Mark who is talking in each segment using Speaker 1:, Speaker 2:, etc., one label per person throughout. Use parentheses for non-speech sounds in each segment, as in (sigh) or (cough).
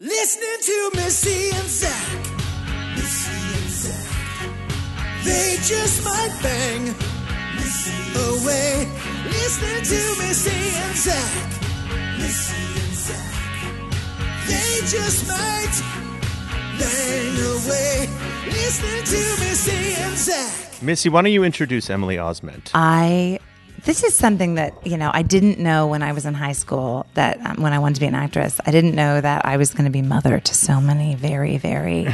Speaker 1: Listening to Missy and Zach. Missy and Zach. They just might bang Missy away. Listening to Missy and Zach. Missy and Zach. They just might bang away. Listening to Missy and Zach.
Speaker 2: Missy, why don't you introduce Emily Osment?
Speaker 3: I this is something that you know I didn't know when I was in high school that um, when I wanted to be an actress I didn't know that I was going to be mother to so many very
Speaker 2: (laughs)
Speaker 3: very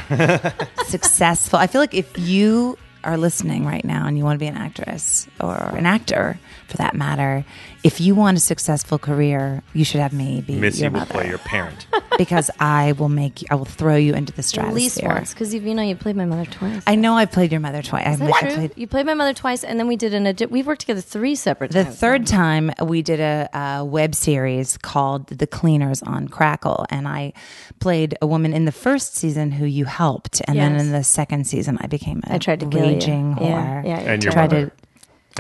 Speaker 3: successful. I feel like if you are listening right now and you want to be an actress or an actor for that matter, if you want a successful career, you should have me be
Speaker 2: Missy
Speaker 3: your
Speaker 2: will
Speaker 3: mother
Speaker 2: play your parent.
Speaker 3: because (laughs) I will make you, I will throw you into the
Speaker 4: At
Speaker 3: stratosphere.
Speaker 4: least once, because you know you played my mother twice.
Speaker 3: I know I played your mother twice.
Speaker 4: Is that
Speaker 3: I,
Speaker 4: true?
Speaker 3: I played
Speaker 4: you played my mother twice, and then we did an. Adi- we worked together three separate
Speaker 3: The
Speaker 4: times.
Speaker 3: third time we did a, a web series called The Cleaners on Crackle, and I played a woman in the first season who you helped, and then
Speaker 4: Yes.
Speaker 3: in the second season I became a
Speaker 4: I tried to kill you.
Speaker 3: raging
Speaker 4: Yeah,
Speaker 3: whore.
Speaker 4: yeah, yeah.
Speaker 2: And your
Speaker 3: tried
Speaker 2: mother.
Speaker 3: to.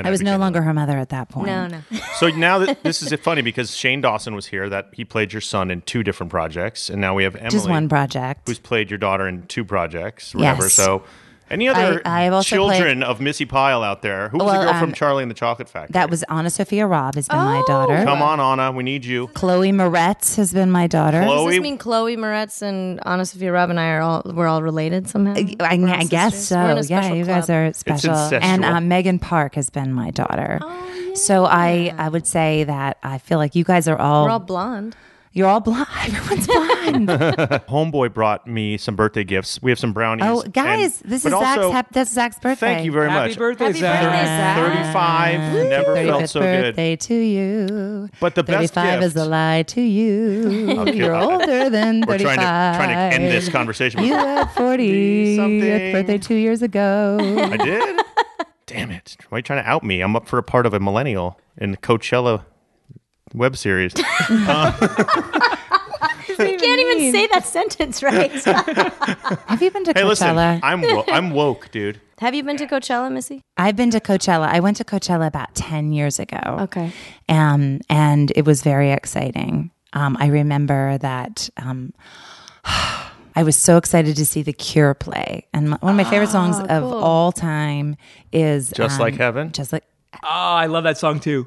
Speaker 3: I was no longer her mother at that point.
Speaker 4: No, no.
Speaker 2: So now
Speaker 3: (laughs)
Speaker 2: that this is funny because Shane Dawson was here, that he played your son in two different projects, and now we have Emily,
Speaker 3: just one project.
Speaker 2: who's played your daughter in two projects, whatever.
Speaker 3: Yes.
Speaker 2: So, any other
Speaker 3: I have also
Speaker 2: children of Missy Pyle out there? Who was
Speaker 3: Well,
Speaker 2: the girl from
Speaker 3: um,
Speaker 2: Charlie and the Chocolate Factory?
Speaker 3: that was Anna Sophia Robb has been my
Speaker 4: Oh!
Speaker 3: daughter.
Speaker 2: Come on, Anna, we need you.
Speaker 3: Chloe Moretz has been my daughter.
Speaker 2: Chloe-
Speaker 4: Does
Speaker 2: We-
Speaker 4: this mean Chloe Moretz and Anna Sophia Robb and I are all we're all related somehow?
Speaker 3: I, I
Speaker 4: We're all
Speaker 3: guess
Speaker 4: sisters?
Speaker 3: so.
Speaker 4: We're in a
Speaker 3: yeah,
Speaker 4: special
Speaker 3: you guys
Speaker 4: club.
Speaker 3: are special. And
Speaker 2: incestual.
Speaker 3: uh, Megan Park has been my daughter.
Speaker 4: Oh,
Speaker 3: So I, I would say that I feel like you guys are all,
Speaker 4: We're all blonde.
Speaker 3: you're all blind. (laughs) Everyone's blind.
Speaker 2: Homeboy brought me some birthday gifts. We have some brownies.
Speaker 3: oh,
Speaker 2: and-
Speaker 3: guys, this is
Speaker 2: but also,
Speaker 3: Zach's. Hap- that's Zach's birthday.
Speaker 2: Thank you very
Speaker 5: Happy
Speaker 2: much.
Speaker 5: birthday, Zach.
Speaker 4: birthday, Zach.
Speaker 2: 35 never felt
Speaker 3: 35th
Speaker 2: so good.
Speaker 3: birthday to you.
Speaker 2: But the best
Speaker 3: thirty-five is
Speaker 2: gift-
Speaker 3: a lie to you.
Speaker 2: (laughs) Okay.
Speaker 3: You're older than
Speaker 2: We're
Speaker 3: thirty-five.
Speaker 2: trying to trying to end this conversation.
Speaker 3: You (laughs)
Speaker 2: with-
Speaker 3: had
Speaker 2: (laughs)
Speaker 3: forty
Speaker 2: Something.
Speaker 3: birthday two years
Speaker 4: (laughs)
Speaker 3: ago.
Speaker 2: I
Speaker 3: (laughs)
Speaker 2: did. Damn it! Why are you trying to out me? I'm up for a part of a millennial in the Coachella web
Speaker 3: (laughs)
Speaker 2: series.
Speaker 4: You can't even say that
Speaker 3: (laughs)
Speaker 4: sentence right.
Speaker 3: Have you been to
Speaker 2: Hey, listen,
Speaker 3: Coachella?
Speaker 2: I'm wo- I'm woke, dude.
Speaker 4: Have you been to Coachella, Missy?
Speaker 3: I've been to Coachella. I went to Coachella about 10 years ago.
Speaker 4: Okay.
Speaker 3: Um, and it was very exciting. Um, I remember that um, (sighs) I was so excited to see The Cure play. And my, one of my favorite songs of all time is
Speaker 2: Just
Speaker 3: um,
Speaker 2: Like Heaven?
Speaker 3: Just like
Speaker 5: Oh, I love that song too.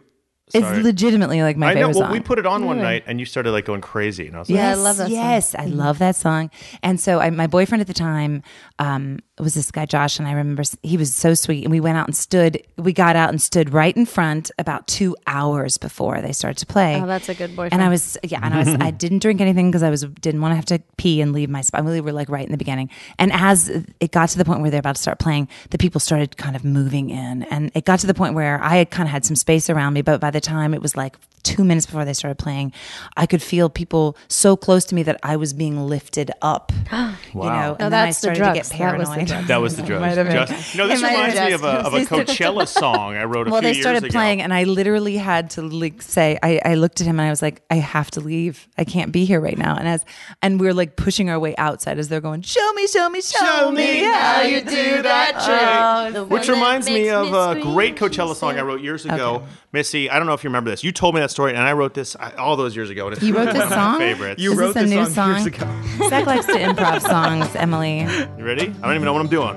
Speaker 2: Sorry.
Speaker 3: it's legitimately like my
Speaker 2: I know.
Speaker 3: favorite
Speaker 2: Well,
Speaker 3: song.
Speaker 2: we put it on one night, and you started like going crazy, and I was like,
Speaker 4: Yeah, I love that song.
Speaker 3: Yes, I love that song. And so I, my boyfriend at the time um, was this guy Josh, and I remember s- he was so sweet. And we went out and stood. We got out and stood right in front about two hours before they started to play.
Speaker 4: Oh, that's a good boyfriend.
Speaker 3: And I was yeah, and I was I didn't drink anything because I was didn't want to have to pee and leave my spot. We were like right in the beginning, and as it got to the point where they're about to start playing, the people started kind of moving in, and it got to the point where I had kind of had some space around me, but by the time it was like two minutes before they started playing, I could feel people so close to me that I was being lifted up. wow. You know, and then I
Speaker 4: that's the
Speaker 3: started to get
Speaker 4: drugs. That was the
Speaker 3: paranoid.
Speaker 4: drugs.
Speaker 2: That was the drugs. Just, no, this
Speaker 3: It might have
Speaker 2: reminds me of a, of a
Speaker 3: just-
Speaker 2: Coachella song I wrote a
Speaker 3: Well,
Speaker 2: few
Speaker 3: they
Speaker 2: years
Speaker 3: started
Speaker 2: ago.
Speaker 3: playing, and I literally had to like say, I, I looked at him and I was like, I have to leave. I can't be here right now. And as and we were like pushing our way outside as they're going, show me, show me, show,
Speaker 2: Show me how you do that
Speaker 3: Oh,
Speaker 2: trick.
Speaker 4: The
Speaker 2: Which
Speaker 4: one that
Speaker 2: reminds me
Speaker 4: makes
Speaker 2: of a
Speaker 4: scream.
Speaker 2: great Coachella song I wrote years ago. Missy, I don't know if you remember this. You told me that story, and I wrote this I, all those years ago. And it's
Speaker 3: You wrote
Speaker 2: one
Speaker 3: this
Speaker 2: of (laughs) my
Speaker 3: song?
Speaker 2: favorites.
Speaker 5: You
Speaker 3: Is
Speaker 5: wrote
Speaker 3: this a new
Speaker 5: this song years
Speaker 3: song?
Speaker 5: ago.
Speaker 3: Zach likes to improv songs, Emily.
Speaker 2: You ready? I don't even know what I'm doing.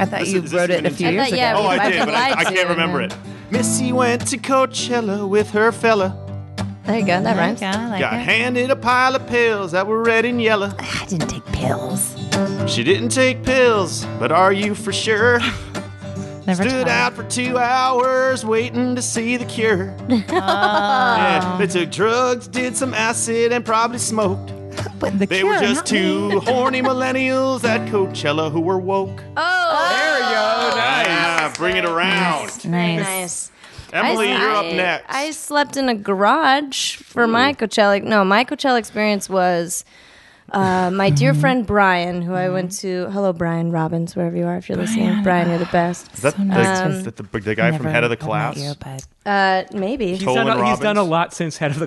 Speaker 3: I thought
Speaker 2: This
Speaker 3: you
Speaker 2: is- this
Speaker 3: wrote
Speaker 2: is
Speaker 3: it a
Speaker 2: an
Speaker 3: few
Speaker 2: intent.
Speaker 3: years
Speaker 4: I thought, yeah,
Speaker 3: ago.
Speaker 2: Oh,
Speaker 4: I've
Speaker 2: I did,
Speaker 4: been
Speaker 2: but I,
Speaker 4: lied
Speaker 2: I
Speaker 4: to,
Speaker 2: can't remember
Speaker 4: and
Speaker 2: it. Missy went to Coachella with her fella.
Speaker 4: There you go. That rhymes.
Speaker 3: Yeah, I like
Speaker 2: Got
Speaker 3: it.
Speaker 2: handed a pile of pills that were red and yellow.
Speaker 3: I didn't take pills.
Speaker 2: She didn't take pills, but are you for
Speaker 4: (laughs)
Speaker 2: sure?
Speaker 3: Never
Speaker 2: Stood
Speaker 3: tried.
Speaker 2: out for two hours waiting to see the
Speaker 4: (laughs)
Speaker 2: cure.
Speaker 4: Oh.
Speaker 2: Yeah, they took drugs, did some acid, and probably smoked.
Speaker 3: But the
Speaker 2: They
Speaker 3: cure,
Speaker 2: were just
Speaker 3: not me.
Speaker 4: (laughs)
Speaker 2: two horny millennials at Coachella who were woke.
Speaker 4: Oh,
Speaker 5: There you go. Nice.
Speaker 2: Ah, bring it around.
Speaker 3: Nice.
Speaker 4: nice.
Speaker 2: Emily,
Speaker 4: I-
Speaker 2: you're up
Speaker 4: I-
Speaker 2: next. Mm.
Speaker 4: I slept in a garage for my Coachella. No, my Coachella experience was Uh, my
Speaker 2: (laughs)
Speaker 4: dear friend Brian, who I went to. Hello, Brian Robbins, wherever you are, if you're listening. Brian, you're the best.
Speaker 2: Is that, the,
Speaker 4: nice to-
Speaker 2: is that the, the guy from
Speaker 3: Um, Never
Speaker 2: Head of the
Speaker 3: have met
Speaker 2: Class?
Speaker 3: you, but
Speaker 4: Uh, maybe.
Speaker 5: He's
Speaker 2: Tolan
Speaker 5: done, a, he's
Speaker 2: Robbins.
Speaker 5: done a lot since head of the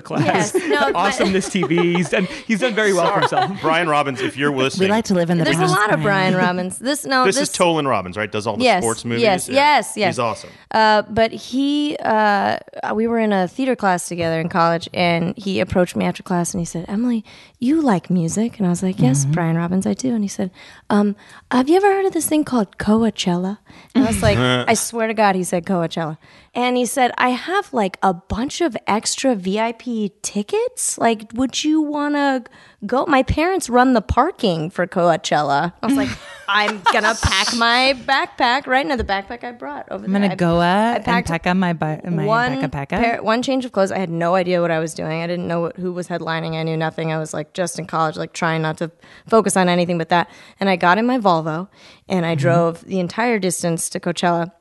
Speaker 4: Yes,
Speaker 5: class.
Speaker 4: no,
Speaker 5: (laughs)
Speaker 4: but-
Speaker 5: Awesomeness TV. He's done. He's done very well for himself.
Speaker 2: (laughs) Brian Robbins, if you're
Speaker 3: (laughs) we
Speaker 2: listening,
Speaker 3: like to live in the.
Speaker 4: There's a
Speaker 3: Browns
Speaker 4: lot of
Speaker 3: brand.
Speaker 4: Brian Robbins. This no,
Speaker 2: this,
Speaker 4: this,
Speaker 2: is Tolan Robbins, right? Does all the
Speaker 4: Yes,
Speaker 2: sports movies?
Speaker 4: yes, yes, yes.
Speaker 2: He's awesome.
Speaker 4: Uh, but he, uh, we were in a theater class together in college, and he approached me after class and he said, "Emily, you like music?" And I was like, "Yes, Brian Robbins, I do." And he said, um, "Have you ever heard of this thing called Coachella?" And I was like, "I swear to God," he said Coachella, and he said, "I have like a bunch of extra VIP tickets. Like, would you want to go? My parents run the parking for Coachella." I was like. I'm gonna pack my backpack right now. The backpack I brought over
Speaker 3: I'm gonna go
Speaker 4: I
Speaker 3: up and
Speaker 4: packed
Speaker 3: pack up my bi- my
Speaker 4: one
Speaker 3: peka peka.
Speaker 4: pair- one change of clothes. I had no idea what I was doing. I didn't know what, who was headlining. I knew nothing. I was like just in college, like trying not to focus on anything but that. And I got in my Volvo and
Speaker 3: Mm-hmm.
Speaker 4: I drove the entire distance to Coachella.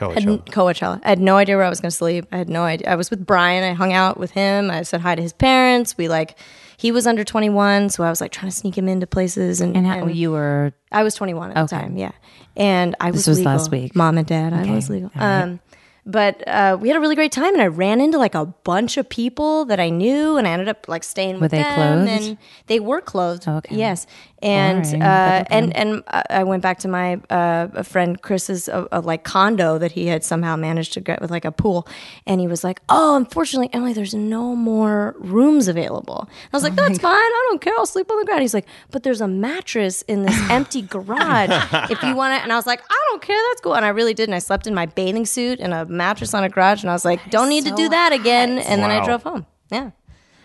Speaker 4: I had,
Speaker 2: Coachella.
Speaker 4: Coachella. I had no idea where I was going to sleep. I had no idea. I was with Brian. I hung out with him. I said hi to his parents. We like, he was under 21, so I was like trying to sneak him into places. And,
Speaker 3: and how
Speaker 4: and-
Speaker 3: you were
Speaker 4: I was 21 at the
Speaker 3: Okay.
Speaker 4: time. Yeah, and I was
Speaker 3: was
Speaker 4: legal.
Speaker 3: last week.
Speaker 4: Mom and dad, I
Speaker 3: Okay.
Speaker 4: was legal.
Speaker 3: All right.
Speaker 4: Um, but uh, we had a really great time, and I ran into like a bunch of people that I knew, and I ended up like staying with
Speaker 3: they
Speaker 4: them.
Speaker 3: clothed?
Speaker 4: And they were clothed.
Speaker 3: Okay.
Speaker 4: Yes, and
Speaker 3: Boring,
Speaker 4: uh,
Speaker 3: but
Speaker 4: and and I I went back to my uh, a friend Chris's uh, uh, like condo that he had somehow managed to get with like a pool, and he was like, "Oh, unfortunately, Emily, there's no more rooms available." And I was like, "That's fine. I don't care. I'll sleep on the ground." He's like, "But there's a mattress in this empty garage if you want it." And I was like, "I don't care. That's cool." And I really did. And I slept in my bathing suit and a mattress on a garage, and I was like, "Don't need
Speaker 3: so
Speaker 4: to do that again." And then
Speaker 2: Wow.
Speaker 4: I drove home. Yeah.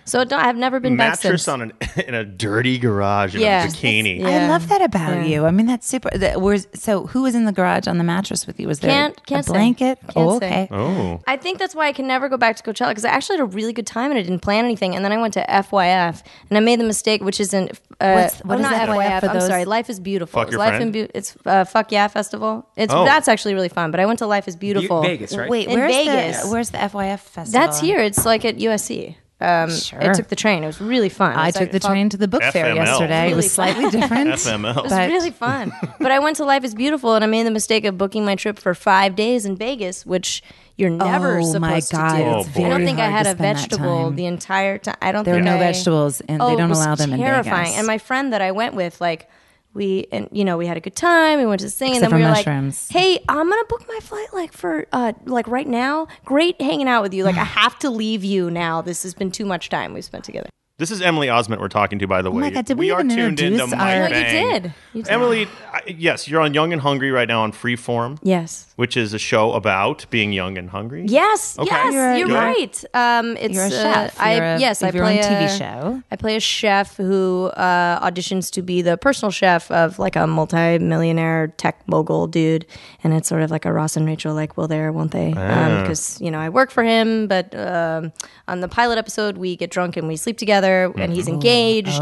Speaker 4: So don't, I've never been back
Speaker 2: Mattress
Speaker 4: since.
Speaker 2: on an (laughs) in a dirty garage in
Speaker 4: Yeah.
Speaker 2: a bikini.
Speaker 4: Yeah.
Speaker 3: I love that about you. I mean, that's super. That was, so, who was in the garage on the mattress with you? Was there
Speaker 4: Can't- can't
Speaker 3: a
Speaker 4: say.
Speaker 3: blanket?
Speaker 4: Can't
Speaker 3: Oh,
Speaker 4: say.
Speaker 3: okay.
Speaker 2: Oh,
Speaker 4: I think that's why I can never go back to Coachella because I actually had a really good time and I didn't plan anything. And then I went to FYF and I made the mistake, which isn't uh,
Speaker 3: What's- what is
Speaker 4: oh, not
Speaker 3: FYF for
Speaker 4: I'm
Speaker 3: those-
Speaker 4: sorry, Life is Beautiful.
Speaker 2: Fuck
Speaker 4: It's
Speaker 2: Your
Speaker 4: Life
Speaker 2: Friend?
Speaker 4: and Beau- it's uh, Fuck Yeah Festival. It's
Speaker 2: Oh.
Speaker 4: that's actually really fun. But I went to Life is Beautiful.
Speaker 5: Vegas, right?
Speaker 3: Wait,
Speaker 4: In
Speaker 3: where's
Speaker 4: Vegas.
Speaker 3: the where's the FYF festival?
Speaker 4: That's here. It's like at USC. Um,
Speaker 3: Sure.
Speaker 4: I took the train. It was really fun.
Speaker 3: I
Speaker 4: It's
Speaker 3: took
Speaker 4: like
Speaker 3: the
Speaker 4: fun-
Speaker 3: train to the book fair
Speaker 2: FML.
Speaker 3: yesterday. It was slightly
Speaker 4: (laughs)
Speaker 3: different.
Speaker 2: FML.
Speaker 4: It
Speaker 3: But-
Speaker 4: was really fun. but I went to Life is Beautiful and I made the mistake of booking my trip for five days in Vegas, which you're never
Speaker 3: Oh,
Speaker 4: supposed
Speaker 3: my God,
Speaker 4: to do.
Speaker 2: it's
Speaker 4: I
Speaker 2: very
Speaker 4: don't think I
Speaker 3: hard
Speaker 4: had
Speaker 3: to
Speaker 4: a
Speaker 3: spend that
Speaker 4: vegetable
Speaker 3: time.
Speaker 4: the entire time. I don't
Speaker 3: There were
Speaker 4: think
Speaker 3: no
Speaker 4: I-
Speaker 3: vegetables, and
Speaker 4: oh,
Speaker 3: they don't
Speaker 4: it was
Speaker 3: allow them in
Speaker 4: terrifying.
Speaker 3: Vegas.
Speaker 4: And my friend that I went with, like, we and you know we had a good time. We went to sing,
Speaker 3: Except
Speaker 4: and then we
Speaker 3: for
Speaker 4: were
Speaker 3: mushrooms.
Speaker 4: like, "Hey, I'm gonna book my flight like for uh like right now. Great hanging out with
Speaker 3: (sighs)
Speaker 4: you. Like I have to leave you now. This has been too much time we've spent together."
Speaker 2: This is Emily Osment we're talking to, by the way.
Speaker 3: Oh my God, did we
Speaker 2: we, are
Speaker 3: even
Speaker 2: tuned into
Speaker 3: introduce
Speaker 2: Mike
Speaker 3: our- Oh,
Speaker 4: No,
Speaker 3: No,
Speaker 4: you
Speaker 2: Bang.
Speaker 4: did. You did.
Speaker 2: Emily, I, yes, you're on Young and Hungry right now on Freeform,
Speaker 4: Yes.
Speaker 2: which is a show about being young and hungry.
Speaker 4: Yes,
Speaker 2: Okay. You're
Speaker 4: yes, you're,
Speaker 2: a- you're a-
Speaker 4: right. Um, it's
Speaker 3: You're a
Speaker 4: uh,
Speaker 3: chef.
Speaker 4: I
Speaker 3: You're a-
Speaker 4: yes, I
Speaker 3: you've your
Speaker 4: play
Speaker 3: own TV
Speaker 4: a-
Speaker 3: show.
Speaker 4: I play a chef who uh, auditions to be the personal chef of like a multi-millionaire tech mogul dude, and it's sort of like a Ross and Rachel, like will there, won't they?
Speaker 3: Ah.
Speaker 4: Because you know I work for him, but um, on the pilot episode we get drunk and we sleep together, and he's engaged,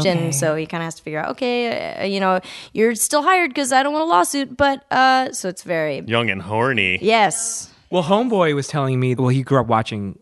Speaker 3: Mm-hmm. okay.
Speaker 4: and so he kind of has to figure out, okay, uh, you know, you're still hired because I don't want a lawsuit, but uh, so it's very
Speaker 2: Young and horny.
Speaker 4: yes.
Speaker 5: Well, Homeboy was telling me. Well, he grew up watching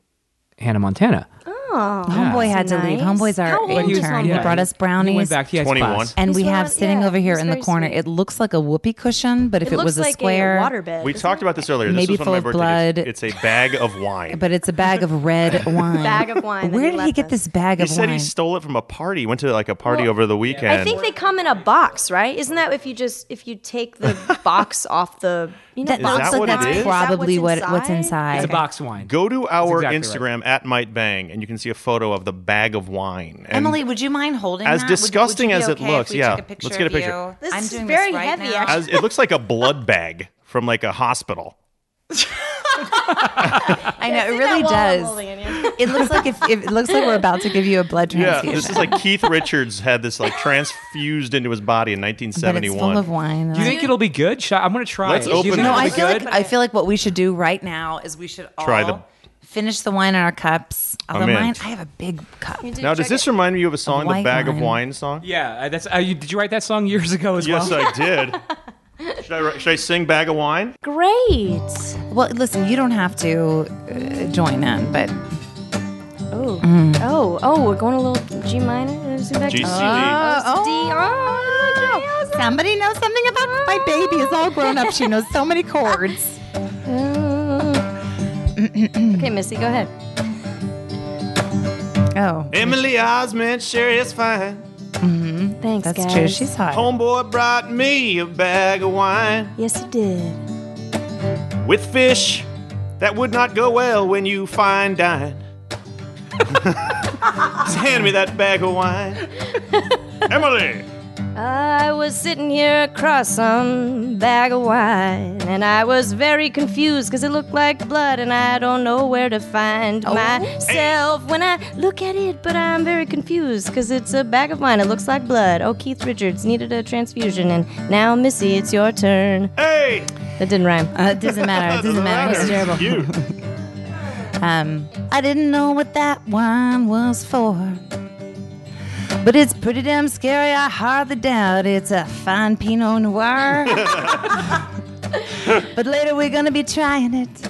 Speaker 5: Hannah Montana.
Speaker 3: Homeboy had to leave.
Speaker 4: Nice.
Speaker 3: Homeboy's
Speaker 4: How
Speaker 3: our
Speaker 4: old is
Speaker 3: intern. He
Speaker 4: Homeboy?
Speaker 3: brought us
Speaker 5: He went
Speaker 3: brownies.
Speaker 5: back. He had
Speaker 2: 21.
Speaker 5: class.
Speaker 3: And we
Speaker 4: He's
Speaker 3: have
Speaker 4: not-
Speaker 3: sitting
Speaker 4: yeah,
Speaker 3: over here
Speaker 4: he's
Speaker 3: in the
Speaker 4: very
Speaker 3: corner.
Speaker 4: sweet.
Speaker 3: It looks like a whoopee cushion, but if it,
Speaker 4: looks
Speaker 3: was a
Speaker 4: like
Speaker 3: square,
Speaker 4: waterbed.
Speaker 2: We talked about this earlier. This
Speaker 3: Maybe
Speaker 2: was one
Speaker 3: full
Speaker 2: of
Speaker 3: of
Speaker 2: my birthday
Speaker 3: blood.
Speaker 2: days. It's a bag of wine.
Speaker 3: (laughs) but it's a bag
Speaker 4: (laughs)
Speaker 3: of red wine.
Speaker 4: Bag of wine that
Speaker 3: Where
Speaker 4: he
Speaker 3: did he
Speaker 4: left
Speaker 3: get
Speaker 4: us.
Speaker 3: this bag
Speaker 2: he
Speaker 3: of
Speaker 2: said
Speaker 3: wine?
Speaker 2: he stole it from a party. He went to like a party
Speaker 4: Well,
Speaker 2: over the weekend.
Speaker 4: I think they come in a box, right? Isn't that if you just if you take the
Speaker 3: (laughs)
Speaker 4: box off the you know
Speaker 3: that
Speaker 2: Is
Speaker 4: box
Speaker 2: that
Speaker 3: looks like
Speaker 2: what it
Speaker 3: that's
Speaker 2: is? Is that
Speaker 3: probably what what's inside.
Speaker 5: It's a box wine.
Speaker 2: Go to our
Speaker 5: exactly
Speaker 2: Instagram at Mike Bang, and you can see a photo of the bag of wine. And
Speaker 3: Emily, would you mind holding
Speaker 2: As
Speaker 3: that?
Speaker 2: disgusting
Speaker 3: would, would you
Speaker 2: as it
Speaker 3: be okay
Speaker 2: looks,
Speaker 3: if we
Speaker 2: yeah.
Speaker 3: Took a picture
Speaker 2: Let's get a
Speaker 3: of
Speaker 2: picture.
Speaker 3: you?
Speaker 4: This
Speaker 3: I'm
Speaker 4: is
Speaker 3: doing
Speaker 4: very
Speaker 3: this right
Speaker 4: heavy,
Speaker 3: now.
Speaker 4: actually.
Speaker 2: as it looks like a blood bag from like a hospital.
Speaker 3: I know it really does. It looks like if, if it looks like we're about to give you a blood
Speaker 2: Yeah,
Speaker 3: transfusion.
Speaker 2: this is like Keith Richards had this like transfused into his body in
Speaker 3: but it's
Speaker 2: 1971.
Speaker 3: full of wine.
Speaker 5: Do you think it'll be good? Should I, I'm going to try.
Speaker 2: Let's
Speaker 5: it. Do you
Speaker 2: open
Speaker 5: think
Speaker 2: it.
Speaker 3: no,
Speaker 5: it'll
Speaker 3: I
Speaker 5: be
Speaker 3: feel
Speaker 5: good?
Speaker 3: like I feel like what we should do right now is we should all
Speaker 2: Try the-
Speaker 3: finish the wine in our cups. Although
Speaker 2: in.
Speaker 3: mine, I have a big cup.
Speaker 2: Now, does this remind you of a song, the
Speaker 3: white
Speaker 2: Bag of
Speaker 3: wine.
Speaker 2: Wine song?
Speaker 5: Yeah, uh, that's. Uh, you, did you write that song years ago as
Speaker 2: Yes,
Speaker 5: well?
Speaker 2: I did.
Speaker 3: (laughs)
Speaker 2: Should I, ri- should I sing Bag of Wine?
Speaker 4: great?
Speaker 3: Well, listen, you don't have to uh, join in, but
Speaker 4: Oh, oh, oh! We're going a little G minor. Just do back
Speaker 2: GCD.
Speaker 3: Oh, oh,
Speaker 4: oh.
Speaker 3: somebody knows something about my baby is all grown up. She knows so many chords.
Speaker 4: (laughs) okay, Missy, go ahead.
Speaker 3: Oh,
Speaker 2: Emily Osment sure is fine.
Speaker 4: Thanks,
Speaker 3: that's
Speaker 4: guys.
Speaker 3: true. She's hot.
Speaker 2: Homeboy brought me a bag of wine
Speaker 4: yes, you did.
Speaker 2: with fish that would not go well when you fine dine. Just hand me that bag of wine. Emily!
Speaker 4: I was sitting here across some bag of wine, and I was very confused because it looked like blood, and I don't know where to find
Speaker 3: Oh.
Speaker 4: myself when I look at it. But I'm very confused because it's a bag of wine. It looks like blood. Oh, Keith Richards needed a transfusion, and now, Missy, it's your turn.
Speaker 2: Hey!
Speaker 4: That didn't rhyme.
Speaker 3: Uh, it doesn't matter. It doesn't matter. It's terrible.
Speaker 2: You.
Speaker 3: (laughs) Um, I didn't know what that wine was for. But it's pretty damn scary. I hardly doubt it's a fine Pinot Noir. but later we're gonna be trying it.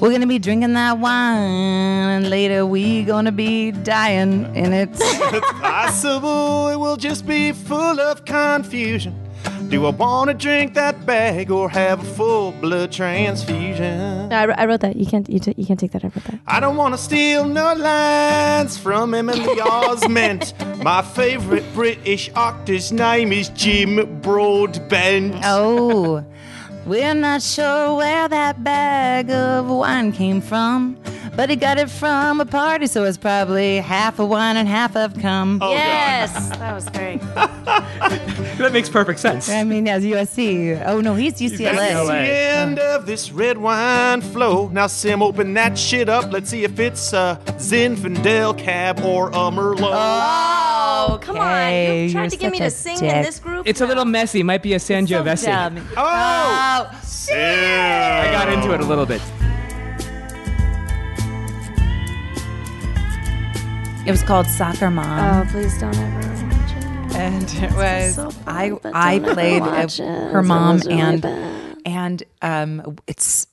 Speaker 3: We're gonna be drinking that wine, and later we gonna be dying in it. (laughs)
Speaker 2: Possible it will just be full of confusion. Do I want to drink that bag or have a full blood transfusion?
Speaker 4: I, I wrote that. You can't. You, t- you can't take that. I wrote that.
Speaker 2: I don't want to steal no lines from Emily Osment. My favorite British actor's name is Jim Broadbent.
Speaker 3: Oh, we're not sure where that bag of wine came from, but he got it from a party, so it's probably half a wine and half of cum.
Speaker 2: Oh, God.
Speaker 4: yes, that was great.
Speaker 5: (laughs) That makes perfect sense.
Speaker 3: I mean, as USC. Oh no, he's
Speaker 2: That's
Speaker 3: UCLA.
Speaker 2: the end of this red wine flow. Now, Sim, open that shit up. Let's see if it's a Zinfandel cab or a Merlot.
Speaker 4: Oh, come on!
Speaker 3: Okay,
Speaker 4: You tried
Speaker 3: you're
Speaker 4: to get me
Speaker 3: such
Speaker 4: to
Speaker 3: a
Speaker 4: sing in
Speaker 3: dick.
Speaker 4: this group.
Speaker 5: It's a little messy. Might be a San
Speaker 4: So
Speaker 5: Giovese.
Speaker 4: dumb.
Speaker 2: oh!
Speaker 3: Oh,
Speaker 2: Sim! I
Speaker 5: Got into it a little bit.
Speaker 3: it was called Soccer Mom,
Speaker 4: Oh, please don't ever watch it.
Speaker 3: and it was
Speaker 4: so
Speaker 3: I.
Speaker 4: funny, but
Speaker 3: I
Speaker 4: don't ever
Speaker 3: played a-
Speaker 4: watch it.
Speaker 3: her
Speaker 4: It
Speaker 3: mom,
Speaker 4: was really
Speaker 3: and
Speaker 4: bad.
Speaker 3: and um, it's.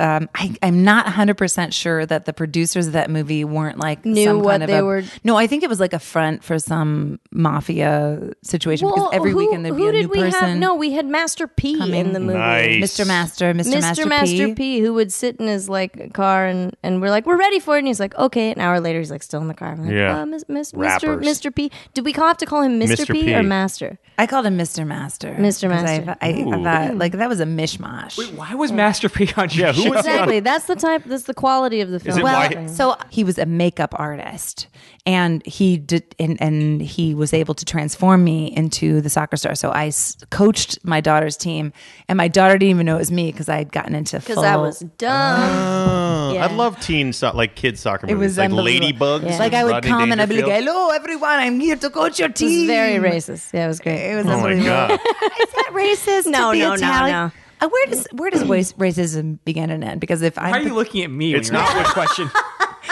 Speaker 3: Um, I, I'm not 100% sure that the producers of that movie weren't like
Speaker 4: Knew
Speaker 3: some
Speaker 4: what
Speaker 3: kind of
Speaker 4: they
Speaker 3: a-
Speaker 4: were-
Speaker 3: No, I think it was like a front for some mafia situation because every
Speaker 4: who,
Speaker 3: weekend there'd be
Speaker 4: who
Speaker 3: a
Speaker 4: did
Speaker 3: new
Speaker 4: we
Speaker 3: person.
Speaker 4: Have? No, we had Master P in the movie.
Speaker 2: Nice.
Speaker 3: Mr. Master, Mr.
Speaker 4: Mr.
Speaker 3: Master,
Speaker 4: Master P.
Speaker 3: P.
Speaker 4: who would sit in his like car and and we're like we're ready for it and he's like okay an hour later he's like still in the car I'm like,
Speaker 2: Yeah.
Speaker 4: uh, Miss, Miss, Mr.
Speaker 2: Rappers.
Speaker 4: Mr. P did we call, have to call him Mr.
Speaker 2: Mr.
Speaker 4: P,
Speaker 2: P. (laughs)
Speaker 4: or Master
Speaker 3: I called him Mr. Master.
Speaker 4: Mr.
Speaker 3: 'cause I-
Speaker 4: Master.
Speaker 3: I, I thought like that was a mishmash.
Speaker 5: Why was Master P on your
Speaker 2: Yeah, who
Speaker 5: show?
Speaker 2: was-
Speaker 4: exactly that's the type that's the quality of the film
Speaker 2: it
Speaker 3: well,
Speaker 2: (laughs) why-
Speaker 3: so he was a makeup artist, and he did, and, and he was able to transform me into the soccer star. So I s- coached my daughter's team, and my daughter didn't even know it was me because I had gotten into
Speaker 4: because
Speaker 3: full.
Speaker 4: I was dumb Yeah.
Speaker 2: I Oh. love teen so- like kids soccer
Speaker 3: It
Speaker 2: movies,
Speaker 3: was
Speaker 2: like
Speaker 3: unbelievable.
Speaker 2: Ladybugs.
Speaker 4: Yeah.
Speaker 3: like I
Speaker 2: and
Speaker 3: would
Speaker 2: Rodney
Speaker 3: come and I'd be like,
Speaker 2: Dangerfield.
Speaker 3: "Hello, everyone! I'm here to coach your
Speaker 4: it
Speaker 3: team."
Speaker 4: was very racist yeah it was great
Speaker 3: It was
Speaker 2: Oh my
Speaker 3: unbelievable.
Speaker 2: god!
Speaker 3: (laughs) Is that racist?
Speaker 4: No,
Speaker 3: to be
Speaker 4: no, no,
Speaker 3: Italian?
Speaker 4: no.
Speaker 3: Uh, where does where
Speaker 4: (clears throat)
Speaker 3: does voice- racism begin and end? Because if
Speaker 5: Why are
Speaker 3: I'm
Speaker 5: you looking at me?
Speaker 2: It's
Speaker 5: when you're
Speaker 2: not-
Speaker 5: asking a question.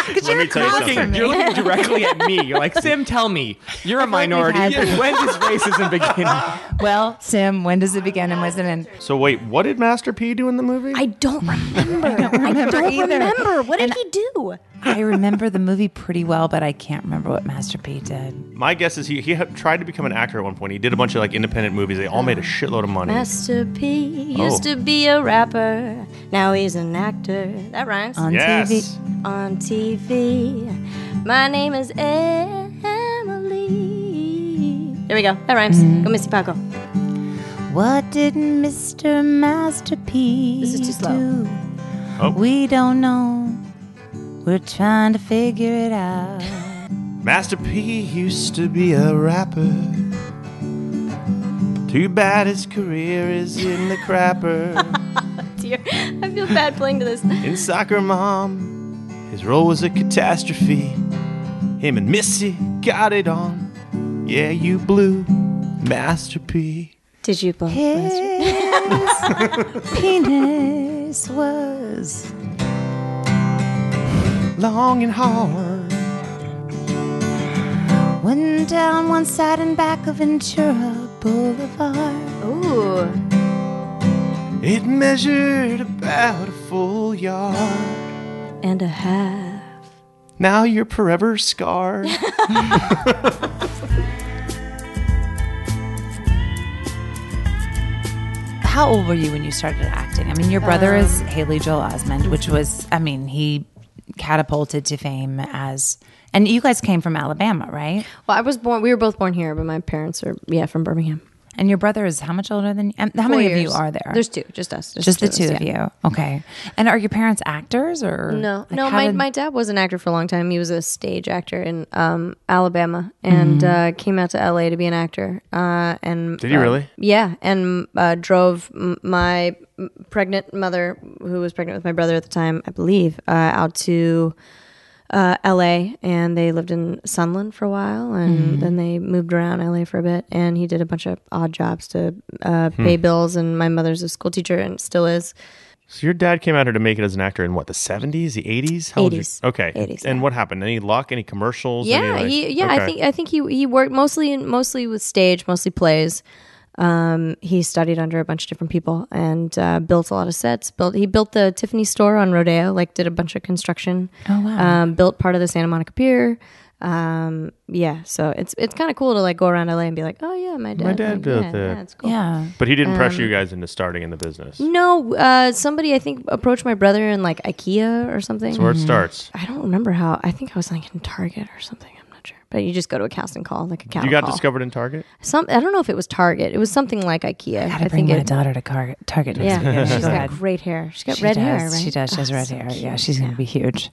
Speaker 3: because
Speaker 2: Let
Speaker 3: you're
Speaker 2: me tell you
Speaker 3: across
Speaker 2: something.
Speaker 3: from me.
Speaker 5: You're looking directly at me. You're like, Sim, tell me. You're a minority.
Speaker 3: had that.
Speaker 5: when
Speaker 3: (laughs)
Speaker 5: does racism begin?
Speaker 3: Well, Sim, when does it begin and when does it end?
Speaker 2: so wait, what did Master P do in the movie?
Speaker 4: I don't remember I don't remember, what did he do
Speaker 3: I remember the movie pretty well, but I can't remember what Master P did.
Speaker 2: My guess is he he had tried to become an actor at one point. He did a bunch of like independent movies. They all made a shitload of money.
Speaker 4: Master P used
Speaker 2: Oh.
Speaker 4: to be a rapper, now he's an actor. That rhymes.
Speaker 3: On TV.
Speaker 2: yes.
Speaker 4: On TV, my name is Emily. There we go. That rhymes.
Speaker 6: Mm-hmm.
Speaker 4: Go, Missy Paco.
Speaker 3: What did Mr. Master P
Speaker 4: This is too slow.
Speaker 3: do?
Speaker 2: Oh.
Speaker 3: We don't know. We're trying to figure it
Speaker 4: (laughs)
Speaker 3: out.
Speaker 2: Master P used to be a rapper. Too bad his career is in the crapper.
Speaker 4: (laughs) Dear, I feel bad playing to this.
Speaker 2: In Soccer Mom, his role was a catastrophe. Him and Missy got it on. Yeah, you blew, Master P.
Speaker 4: Did you blow?
Speaker 3: His penis was
Speaker 2: Long and hard.
Speaker 3: Went down one side and back of Ventura Boulevard.
Speaker 4: Ooh.
Speaker 2: It measured about a full yard.
Speaker 4: And a half.
Speaker 2: Now you're forever scarred.
Speaker 3: How old were you when you started acting? I mean, your brother is
Speaker 6: Um,
Speaker 3: Haley Joel Osment, which was, I mean, he catapulted to fame as, and you guys came from Alabama, right?
Speaker 6: Well, I was born. We were both born here, but my parents are yeah from Birmingham.
Speaker 3: And your brother is how much older than you? and How many
Speaker 6: Four
Speaker 3: of you
Speaker 6: years.
Speaker 3: are there?
Speaker 6: There's two, just us. There's
Speaker 3: just the two
Speaker 6: us,
Speaker 3: of
Speaker 6: yeah.
Speaker 3: you. Okay. And are your parents actors or
Speaker 6: No,
Speaker 3: like,
Speaker 6: no.
Speaker 3: how
Speaker 6: My,
Speaker 3: did-
Speaker 6: my dad was an actor for a long time. He was a stage actor in um, Alabama and
Speaker 4: Mm-hmm.
Speaker 6: uh, came out to LA to be an actor. Uh, and
Speaker 2: Did he
Speaker 6: uh,
Speaker 2: really?
Speaker 6: Yeah, and uh, drove m- my m- pregnant mother, who was pregnant with my brother at the time, I believe, uh, out to uh, LA, and they lived in Sunland for a while, and
Speaker 3: Mm-hmm.
Speaker 6: then they moved around LA for a bit. And he did a bunch of odd jobs to uh, pay
Speaker 3: Hmm.
Speaker 6: bills. And my mother's a school teacher and still is.
Speaker 2: So your dad came out here to make it as an actor in what the seventies, the eighties? How old?
Speaker 6: 80s.
Speaker 2: you? Okay.
Speaker 6: 80s,
Speaker 2: And what happened? Any luck? Any commercials? Any,
Speaker 6: Yeah,
Speaker 2: like-
Speaker 6: he, yeah.
Speaker 2: Okay.
Speaker 6: I think I think he he worked mostly in mostly with stage, mostly plays. Um, he studied under a bunch of different people and uh, built a lot of sets. Built he built the Tiffany store on Rodeo, like did a bunch of construction.
Speaker 3: Oh, wow.
Speaker 6: Um, built part of the Santa Monica Pier. Um, yeah, so it's it's kind of cool to like go around LA and be like, oh yeah, my dad,
Speaker 2: dad
Speaker 6: like,
Speaker 2: built
Speaker 6: yeah,
Speaker 2: that.
Speaker 6: Yeah, it's cool.
Speaker 3: Yeah.
Speaker 2: But he didn't
Speaker 6: um,
Speaker 2: pressure you guys into starting in the business.
Speaker 6: No, uh, somebody I think approached my brother in like IKEA or something.
Speaker 2: So where it starts.
Speaker 6: I don't remember how. I think I was like in Target or something. I'm not sure. But you just go to a casting call, like a casting
Speaker 2: You got
Speaker 6: call.
Speaker 2: discovered in Target?
Speaker 6: Some I don't know if it was Target. It was something like IKEA.
Speaker 3: Gotta bring
Speaker 6: think
Speaker 3: my
Speaker 6: it,
Speaker 3: daughter to car- Target next
Speaker 6: Yeah,
Speaker 3: weekend.
Speaker 6: (laughs) she's
Speaker 3: Go
Speaker 2: (laughs)
Speaker 6: got
Speaker 3: ahead.
Speaker 6: great hair. She's got
Speaker 3: She
Speaker 6: red
Speaker 3: does.
Speaker 6: hair. Right?
Speaker 3: She does. She has
Speaker 6: Oh,
Speaker 3: red
Speaker 6: so
Speaker 3: hair.
Speaker 6: cute.
Speaker 3: Yeah, she's going to be huge.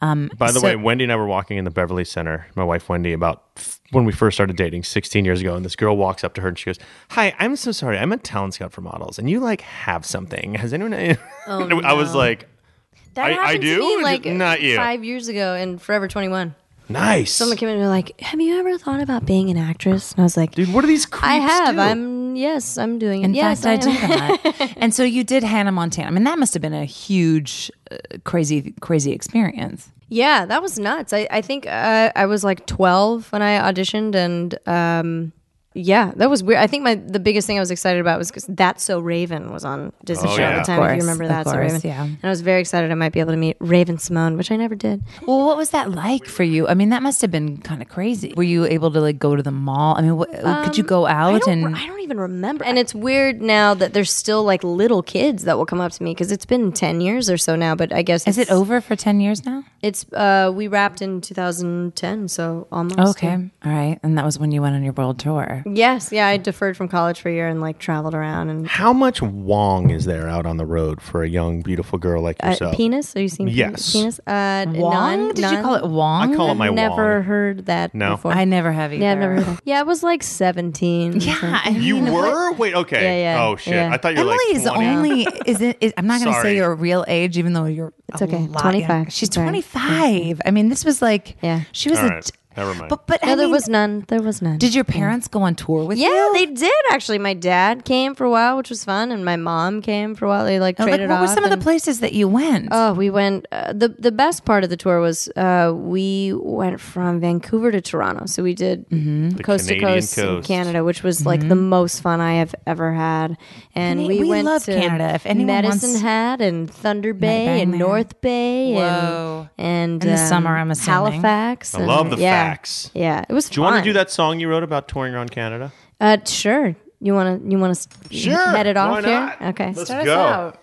Speaker 3: Um,
Speaker 2: By the
Speaker 3: so-
Speaker 2: way, Wendy and I were walking in the Beverly Center, my wife Wendy, about f- when we first started dating 16 years ago. And this girl walks up to her and she goes, Hi, I'm so sorry. I'm a talent scout for models. And you like have something. Has anyone? (laughs) I was like,
Speaker 6: Oh, That
Speaker 2: I- I
Speaker 6: happened to
Speaker 2: do?
Speaker 6: me,
Speaker 2: Is it-
Speaker 6: like
Speaker 2: not you.
Speaker 6: five years ago in Forever Twenty One.
Speaker 2: Nice.
Speaker 6: Someone came in and were like, "Have you ever thought about being an actress?" And I was like,
Speaker 2: Dude, what are these creeps
Speaker 6: "I have.
Speaker 2: do?
Speaker 6: I'm yes, I'm doing it.
Speaker 3: In
Speaker 6: yes,
Speaker 3: fact, I,
Speaker 6: am."
Speaker 3: do that. and so you did Hannah Montana. I mean, that must have been a huge, uh, crazy, crazy experience.
Speaker 6: (laughs) Yeah, that was nuts. I, I think uh, I was like 12 when I auditioned, and um, yeah, that was weird. I think my the biggest thing I was excited about was because That's So Raven was on Disney
Speaker 2: Oh,
Speaker 6: Channel
Speaker 2: yeah.
Speaker 6: at
Speaker 2: Of
Speaker 6: the time. if
Speaker 3: course,
Speaker 6: you remember
Speaker 3: of
Speaker 6: That's So
Speaker 3: course,
Speaker 6: Raven?
Speaker 3: yeah.
Speaker 6: And I was very excited I might be able to meet Raven Simone, which I never did.
Speaker 3: Well, what was that like for you? I mean, that must have been kind of crazy. Were you able to like go to the mall? I mean, what, could you go
Speaker 6: I
Speaker 3: out
Speaker 6: don't,
Speaker 3: and
Speaker 6: I don't even remember. And it's weird now that there's still like little kids that will come up to me because it's been 10 years or so now, but I guess
Speaker 3: is it
Speaker 6: it's-
Speaker 3: over for ten years now?
Speaker 6: It's uh, we wrapped in 2010, so almost.
Speaker 3: Oh, Okay, all right. And that was when you went on your world tour.
Speaker 6: Yes, yeah, I deferred from college for a year and like traveled around and
Speaker 2: How much wong is there out on the road for a young, beautiful girl like
Speaker 6: Uh,
Speaker 2: yourself?
Speaker 6: penis? Are you seeing
Speaker 2: Yes.
Speaker 6: penis? Uh,
Speaker 3: Wong?
Speaker 6: none-
Speaker 3: Did you
Speaker 6: none?
Speaker 3: call it Wong?
Speaker 2: I call it my
Speaker 6: Never
Speaker 2: wong.
Speaker 6: heard that
Speaker 2: No.
Speaker 3: (laughs)
Speaker 6: before.
Speaker 3: I never have either.
Speaker 6: yeah, I've never heard that. Yeah, I was
Speaker 3: (laughs)
Speaker 6: like 17.
Speaker 3: Yeah, I
Speaker 2: You
Speaker 6: (laughs)
Speaker 3: mean,
Speaker 2: were? Wait, okay.
Speaker 6: Yeah, yeah,
Speaker 2: oh, shit.
Speaker 6: yeah.
Speaker 2: I thought you were
Speaker 3: Emily
Speaker 2: like
Speaker 3: is
Speaker 2: 20. (laughs)
Speaker 3: only isn't. Is, I'm not going to
Speaker 2: Sorry.
Speaker 3: say your real age, even though you're. It's
Speaker 6: okay.
Speaker 3: Lot
Speaker 6: 25.
Speaker 3: younger. She's
Speaker 6: It's all right.
Speaker 3: 25. I mean, this was like.
Speaker 6: Yeah.
Speaker 3: She was.
Speaker 2: All
Speaker 3: a
Speaker 2: right. Never mind.
Speaker 3: But but
Speaker 6: No,
Speaker 3: I
Speaker 6: there
Speaker 3: mean,
Speaker 6: was none. There was none.
Speaker 3: Did your parents go on tour with you?
Speaker 6: yeah, they did actually. My dad came for a while, which was fun, and my mom came for a while. They like
Speaker 3: Oh, Like,
Speaker 6: traded
Speaker 3: what
Speaker 6: off.
Speaker 3: were some of the
Speaker 6: and-
Speaker 3: places that you went?
Speaker 6: Oh, we went. Uh, the The best part of the tour was uh, we went from Vancouver to Toronto. So we did
Speaker 3: Mm-hmm.
Speaker 6: coast to
Speaker 2: Canadian
Speaker 6: coast, in
Speaker 2: coast.
Speaker 6: Canada, which was like the most fun I have ever had. And
Speaker 3: Cana-
Speaker 6: we,
Speaker 3: Mm-hmm. we
Speaker 6: went
Speaker 3: love
Speaker 6: to
Speaker 3: Canada. If anyone
Speaker 6: Medicine
Speaker 3: wants-
Speaker 6: Hat and Thunder Bay
Speaker 3: bang
Speaker 6: and
Speaker 3: there.
Speaker 6: North Bay
Speaker 3: Whoa.
Speaker 6: and and
Speaker 3: In the
Speaker 6: um,
Speaker 3: summer, I'm assuming.
Speaker 6: Halifax.
Speaker 2: I
Speaker 6: and-
Speaker 2: love the
Speaker 6: yeah.
Speaker 2: facts.
Speaker 6: Yeah, it was.
Speaker 2: Do you want to do that song you wrote about touring around Canada?
Speaker 6: Uh, sure. You want to? You want to?
Speaker 2: Sure.
Speaker 6: Head it
Speaker 2: Why
Speaker 6: off
Speaker 2: not?
Speaker 6: here. Okay.
Speaker 2: Let's go.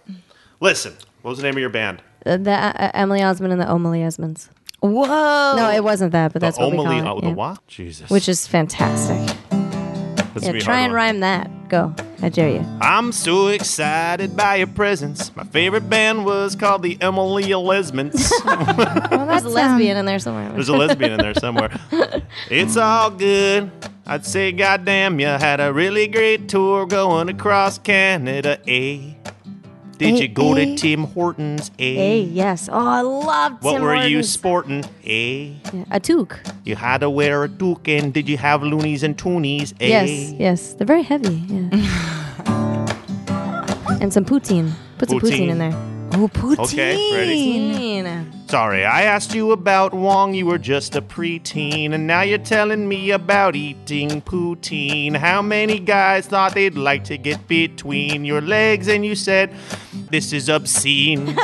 Speaker 2: Listen, what was the name of your band?
Speaker 6: Uh, the uh, Emily Osmond and the O'Malley Osmonds.
Speaker 3: Whoa.
Speaker 6: No, it wasn't that, but that's
Speaker 2: Oh. the
Speaker 6: what we
Speaker 2: O'Malley-
Speaker 6: call it.
Speaker 2: oh, the
Speaker 6: yeah.
Speaker 2: what? Jesus.
Speaker 6: which is fantastic.
Speaker 2: That's
Speaker 6: Yeah,
Speaker 2: gonna be a
Speaker 6: try
Speaker 2: hard
Speaker 6: and
Speaker 2: one.
Speaker 6: rhyme that. Go, I dare you.
Speaker 2: I'm so excited by your presence. My favorite band was called the Emily
Speaker 6: (laughs)
Speaker 2: Lesmans.
Speaker 6: Well, that's There's a lesbian in there somewhere.
Speaker 2: There's a lesbian in there somewhere. It's all good. I'd say, goddamn, you had a really great tour going across Canada. A. Did
Speaker 6: Eh,
Speaker 2: you go
Speaker 6: eh.
Speaker 2: to Tim Hortons? A.
Speaker 6: Hey, yes. Oh, I love
Speaker 2: What
Speaker 6: Tim
Speaker 2: were you
Speaker 6: Hortons.
Speaker 2: sporting? A.
Speaker 6: Yeah, a toque.
Speaker 2: You had to wear a toque, and did you have loonies and toonies? eh? A.
Speaker 6: Yes, yes. They're very heavy. Yeah. and some poutine. Put some poutine
Speaker 2: Poutine.
Speaker 6: in there.
Speaker 3: Oh, poutine.
Speaker 2: Okay, ready.
Speaker 6: Poutine.
Speaker 2: Sorry, I asked you about Wong. You were just a preteen, and now you're telling me about eating poutine. How many guys thought they'd like to get between your legs, and you said, This is
Speaker 4: (laughs)
Speaker 2: obscene.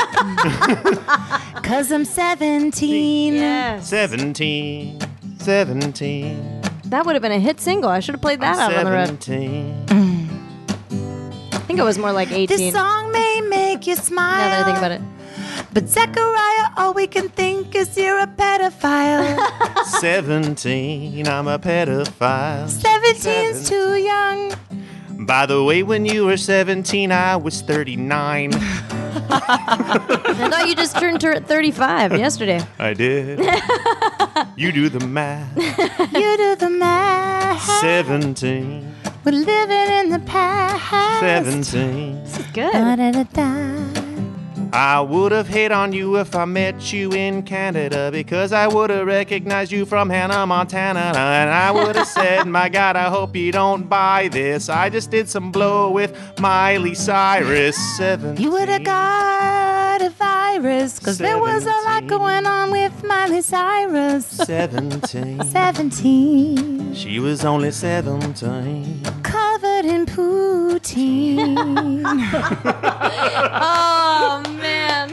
Speaker 3: Cause I'm 17.
Speaker 4: Yes.
Speaker 2: 17, 17,
Speaker 4: That would have been a hit single. I should have played that out on the road.
Speaker 2: 17.
Speaker 4: (laughs) I think it was more like 18.
Speaker 3: This song may make you
Speaker 4: now
Speaker 3: smile.
Speaker 4: that I think about it.
Speaker 3: But Zechariah, all we can think is you're a
Speaker 6: (laughs)
Speaker 3: pedophile.
Speaker 2: 17, I'm a pedophile.
Speaker 3: 17's too young.
Speaker 2: By the way, when you were 17, I was
Speaker 4: (laughs)
Speaker 2: 39.
Speaker 4: I thought you just turned to 35 yesterday.
Speaker 2: I did. you do the
Speaker 4: (laughs)
Speaker 2: math.
Speaker 3: You do the math.
Speaker 2: 17,
Speaker 3: We're living in the past.
Speaker 2: 17.
Speaker 4: Good.
Speaker 3: Da-da-da-da.
Speaker 2: I would have hit on you if I met you in Canada because I would have recognized you from Hannah, Montana. And I would have said, My God, I hope you don't buy this. I just did some blow with Miley Cyrus. 17.
Speaker 3: You would have (laughs) got a virus. Cause there was a lot
Speaker 2: Seventeen.
Speaker 3: going on with Miley Cyrus.
Speaker 2: 17.
Speaker 3: 17.
Speaker 2: She was only 17.
Speaker 3: Covered in poutine.
Speaker 4: Oh, man.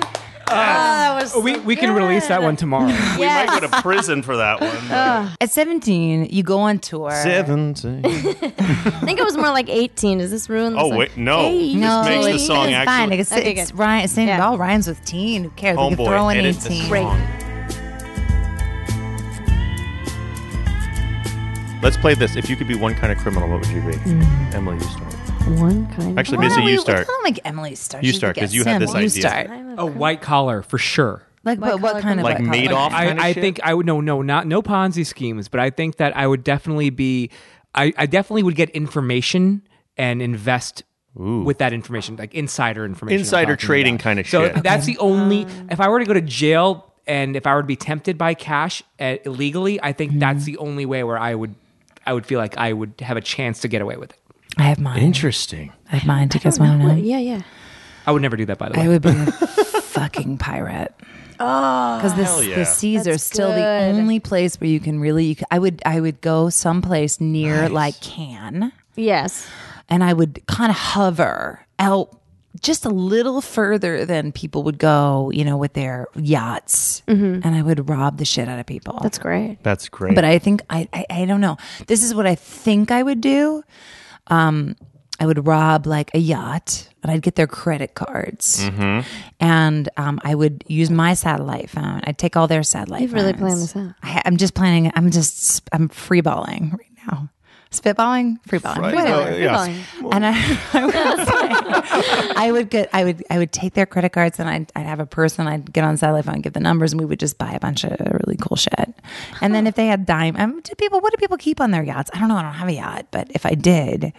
Speaker 4: Oh, that was
Speaker 5: Uh, We, we can release that one tomorrow.
Speaker 4: Yes.
Speaker 2: go to prison for that
Speaker 3: (laughs)
Speaker 2: one.
Speaker 3: (laughs) At 17, you go on tour.
Speaker 2: 17.
Speaker 4: I think it was more like 18. Does this ruin the
Speaker 2: Oh,
Speaker 4: song?
Speaker 2: wait, no.
Speaker 4: Hey.
Speaker 2: This
Speaker 3: No,
Speaker 2: makes the
Speaker 3: it's,
Speaker 2: song
Speaker 3: it's fine.
Speaker 2: actually-
Speaker 3: Like, it's,
Speaker 4: Okay,
Speaker 3: it's
Speaker 4: good.
Speaker 3: rhymes, it
Speaker 4: Yeah.
Speaker 3: all rhymes with teen. Who cares? we could throw in
Speaker 2: edit this
Speaker 3: 18.
Speaker 2: song. Let's play this. If you could be one kind of criminal, what would you be? Emily, you start.
Speaker 4: One kind
Speaker 2: Actually,
Speaker 3: Why
Speaker 2: Missy,
Speaker 3: don't we-
Speaker 2: you start.
Speaker 3: I don't think Emily starts.
Speaker 2: You
Speaker 3: She's the
Speaker 2: start, 'cause you
Speaker 3: guest.
Speaker 2: had
Speaker 3: Sam,
Speaker 2: this
Speaker 3: you
Speaker 2: idea.
Speaker 3: Start.
Speaker 4: of.
Speaker 5: A white collar for sure.
Speaker 3: Like what? What
Speaker 4: collar
Speaker 3: kind of
Speaker 2: Like
Speaker 3: white collar?
Speaker 2: Madoff kind of
Speaker 5: I, I
Speaker 2: shit?
Speaker 5: think I would no no not no Ponzi schemes, but I think that I would definitely be I, I definitely would get information and invest with that information, like insider information. I'm
Speaker 2: Insider
Speaker 5: talking
Speaker 2: trading
Speaker 5: about.
Speaker 2: kinda
Speaker 5: so
Speaker 2: shit.
Speaker 5: that's the only
Speaker 6: Um,
Speaker 5: if I were to go to jail and if I were to be tempted by cash uh, illegally, I think that's
Speaker 6: Mm-hmm.
Speaker 5: the only way where I would I would feel like I would have a chance to get away with it.
Speaker 3: I have mine.
Speaker 2: Interesting.
Speaker 3: I have mine. Do you guys want to know?
Speaker 4: Yeah, yeah.
Speaker 5: I would never do that by
Speaker 3: (laughs)
Speaker 5: the
Speaker 3: I
Speaker 5: way.
Speaker 3: would be a fucking pirate. Oh, because the,
Speaker 2: yeah.
Speaker 3: the seas are
Speaker 4: That's
Speaker 3: still the
Speaker 4: good.
Speaker 3: only place where you can really. You c I I would. I would go someplace near like Cannes.
Speaker 4: Yes.
Speaker 3: and I would kind of hover out just a little further than people would go, you know, with their yachts, and I would rob the shit out of people.
Speaker 4: That's great.
Speaker 2: That's great.
Speaker 3: but I think I, I I don't know. This is what I think I would do. Um, I would rob like a yacht, and I'd get their credit cards, and um, I would use my satellite phone. I'd take all their satellite.
Speaker 4: You've really
Speaker 3: phones.
Speaker 4: planned this out.
Speaker 3: I, I'm just planning. I'm just I'm freeballing right now. Spitballing, freeballing,
Speaker 2: Right.
Speaker 3: whatever.
Speaker 2: Uh, yeah.
Speaker 3: And I, (laughs) I
Speaker 2: (laughs)
Speaker 3: would say, I would get, I would, I would take their credit cards, and I'd, I'd have a person. I'd get on satellite phone, give the numbers, and we would just buy a bunch of really cool shit. And then if they had dime, um, do people? What do people keep on their yachts? I don't know. I don't have a yacht, but if I did,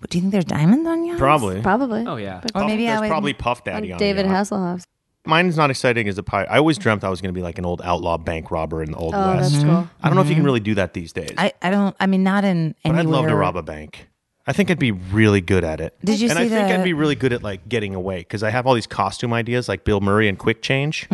Speaker 3: what, do you think there's diamonds on yachts?
Speaker 2: Probably.
Speaker 4: Probably.
Speaker 5: Oh yeah.
Speaker 2: Puff-
Speaker 3: maybe I
Speaker 2: There's
Speaker 3: would-
Speaker 2: probably Puff Daddy on
Speaker 4: David
Speaker 2: the yacht.
Speaker 4: Hasselhoff.
Speaker 2: Mine's not exciting as a pirate. I always dreamt I was going to be like an old outlaw bank robber in the old
Speaker 4: Oh,
Speaker 2: west.
Speaker 4: that's cool.
Speaker 2: I don't know if you can really do that these days.
Speaker 3: I, I don't. I mean, not in.
Speaker 2: but I'd love to
Speaker 3: anywhere.
Speaker 2: rob a bank. I think I'd be really good at it.
Speaker 3: Did you
Speaker 2: and
Speaker 3: see
Speaker 2: I think
Speaker 3: the-
Speaker 2: I'd be really good at like getting away because I have all these costume ideas like Bill Murray and Quick Change.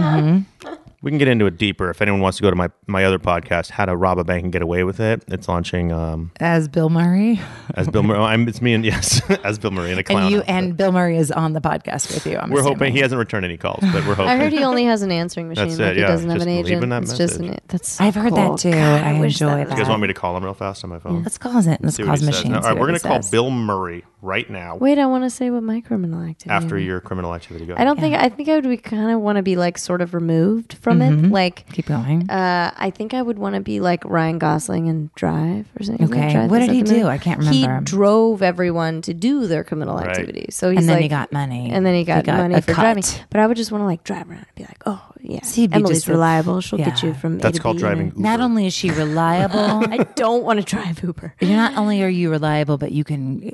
Speaker 2: We can get into it deeper if anyone wants to go to my, my other podcast, How to Rob a Bank and Get Away with It. It's launching um,
Speaker 3: as Bill Murray,
Speaker 2: as Bill Murray. I'm, it's me and (laughs) yes, as Bill Murray and a clown.
Speaker 3: and you
Speaker 2: outfit.
Speaker 3: and Bill Murray is on the podcast with you. I'm
Speaker 2: we're
Speaker 3: assuming.
Speaker 2: hoping he hasn't returned any calls, but we're hoping.
Speaker 4: I heard he only has an answering
Speaker 2: (laughs)
Speaker 4: machine.
Speaker 2: That's it,
Speaker 4: like he
Speaker 2: yeah.
Speaker 4: doesn't have
Speaker 2: Just
Speaker 4: an
Speaker 2: leave
Speaker 4: agent.
Speaker 2: him that
Speaker 4: it's just an.
Speaker 2: message.
Speaker 4: That's. so
Speaker 3: I've heard
Speaker 4: cool.
Speaker 3: that too.
Speaker 4: God, I,
Speaker 3: I,
Speaker 4: wish
Speaker 3: enjoy that.
Speaker 4: that.
Speaker 2: you guys want me to call him real fast on my phone?
Speaker 3: Let's call him. Let's
Speaker 2: See
Speaker 3: call
Speaker 2: what
Speaker 3: his
Speaker 2: he says.
Speaker 3: machine.
Speaker 2: All right,
Speaker 3: see
Speaker 2: we're
Speaker 3: what
Speaker 2: gonna
Speaker 3: he
Speaker 2: call
Speaker 3: says.
Speaker 2: Bill Murray right now
Speaker 4: Wait, I want to say what my criminal activity.
Speaker 2: after
Speaker 4: is.
Speaker 2: your criminal activity goes.
Speaker 4: I don't think. I think I would be kind of want to be like sort of removed from it. Like,
Speaker 3: Mm-hmm. Keep going.
Speaker 4: uh, I think I would want to be like Ryan Gosling and Drive or something. Is that
Speaker 3: Okay.
Speaker 4: Drive?
Speaker 3: What
Speaker 4: Is
Speaker 3: did
Speaker 4: that
Speaker 3: he
Speaker 4: the movie?
Speaker 3: do? I can't
Speaker 4: He
Speaker 3: remember.
Speaker 4: drove everyone to do their criminal activity. So he's
Speaker 3: and then
Speaker 4: like,
Speaker 3: he got money.
Speaker 4: and then he got, money
Speaker 3: a
Speaker 4: for
Speaker 3: cut.
Speaker 4: driving. But I would just want to like drive around and be like, oh yeah,
Speaker 3: So he'd be
Speaker 4: Emily's
Speaker 3: just a-
Speaker 4: reliable. She'll get
Speaker 3: yeah.
Speaker 4: you from. A
Speaker 2: That's
Speaker 4: to
Speaker 2: called
Speaker 4: B.
Speaker 2: driving Uber.
Speaker 3: Not only is she
Speaker 4: (laughs)
Speaker 3: reliable,
Speaker 4: I don't want to drive
Speaker 6: (laughs)
Speaker 4: Uber.
Speaker 3: you're not only are you reliable, but you can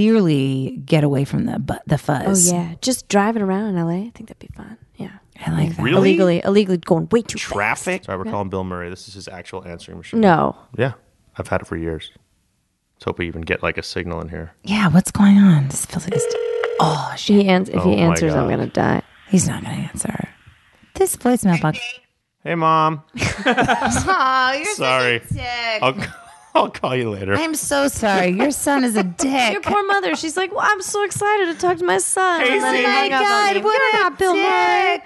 Speaker 3: clearly get away from the bu- the
Speaker 4: Oh
Speaker 3: fuzz.
Speaker 4: yeah, just driving around in LA. I think that'd be fun. Yeah,
Speaker 3: I like that.
Speaker 2: Really?
Speaker 4: illegally, illegally going way too fast.
Speaker 2: Traffic. All right, we're calling Bill Murray. This is his actual answering machine.
Speaker 4: No,
Speaker 2: Yeah, I've had it for years. Let's hope we even get like a signal in here.
Speaker 3: Yeah. What's going on? This feels like it's, oh shit.
Speaker 4: he ans- if
Speaker 2: Oh
Speaker 4: he
Speaker 2: my
Speaker 4: answers, I'm
Speaker 2: God.
Speaker 4: gonna die.
Speaker 3: He's not gonna answer. this voicemail box.
Speaker 2: Hey,
Speaker 3: (laughs)
Speaker 2: mom.
Speaker 3: Oh, you're
Speaker 2: Sorry. I'll, I'll call you later.
Speaker 3: I'm so sorry. Your son
Speaker 4: (laughs)
Speaker 3: is a
Speaker 6: Your
Speaker 3: dick.
Speaker 6: poor mother. She's like, well, I'm so excited to talk to my son. And then
Speaker 2: Casey.
Speaker 6: he
Speaker 2: My
Speaker 6: hung up on
Speaker 3: Oh God,
Speaker 6: me.
Speaker 3: what
Speaker 6: You're
Speaker 3: a
Speaker 6: not Bill
Speaker 3: dick.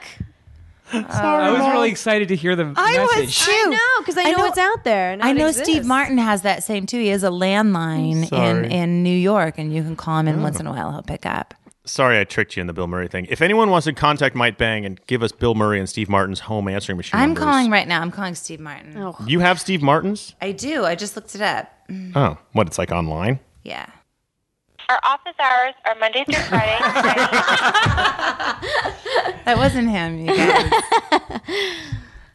Speaker 6: Murray.
Speaker 5: I was really excited to hear the
Speaker 3: I
Speaker 5: message.
Speaker 6: (laughs)
Speaker 3: was too.
Speaker 6: I know because I, know it's out there. and
Speaker 3: I
Speaker 6: it
Speaker 3: know Steve
Speaker 6: exists.
Speaker 3: Martin has that same too. He has a landline in,
Speaker 2: Sorry.
Speaker 3: in New York, and you can call him, and once in a while he'll pick up.
Speaker 2: Sorry, I tricked you in the Bill Murray thing. If anyone wants to contact Mike Bang and give us Bill Murray and Steve Martin's home answering machine,
Speaker 3: I'm
Speaker 2: numbers.
Speaker 3: calling right now. I'm calling Steve Martin.
Speaker 6: Oh.
Speaker 2: You have Steve Martin's?
Speaker 3: I do. I just looked it up.
Speaker 2: Oh, what? It's like online.
Speaker 3: Yeah.
Speaker 7: Our office hours are Monday through Friday. 9
Speaker 3: (laughs) That wasn't him, you guys.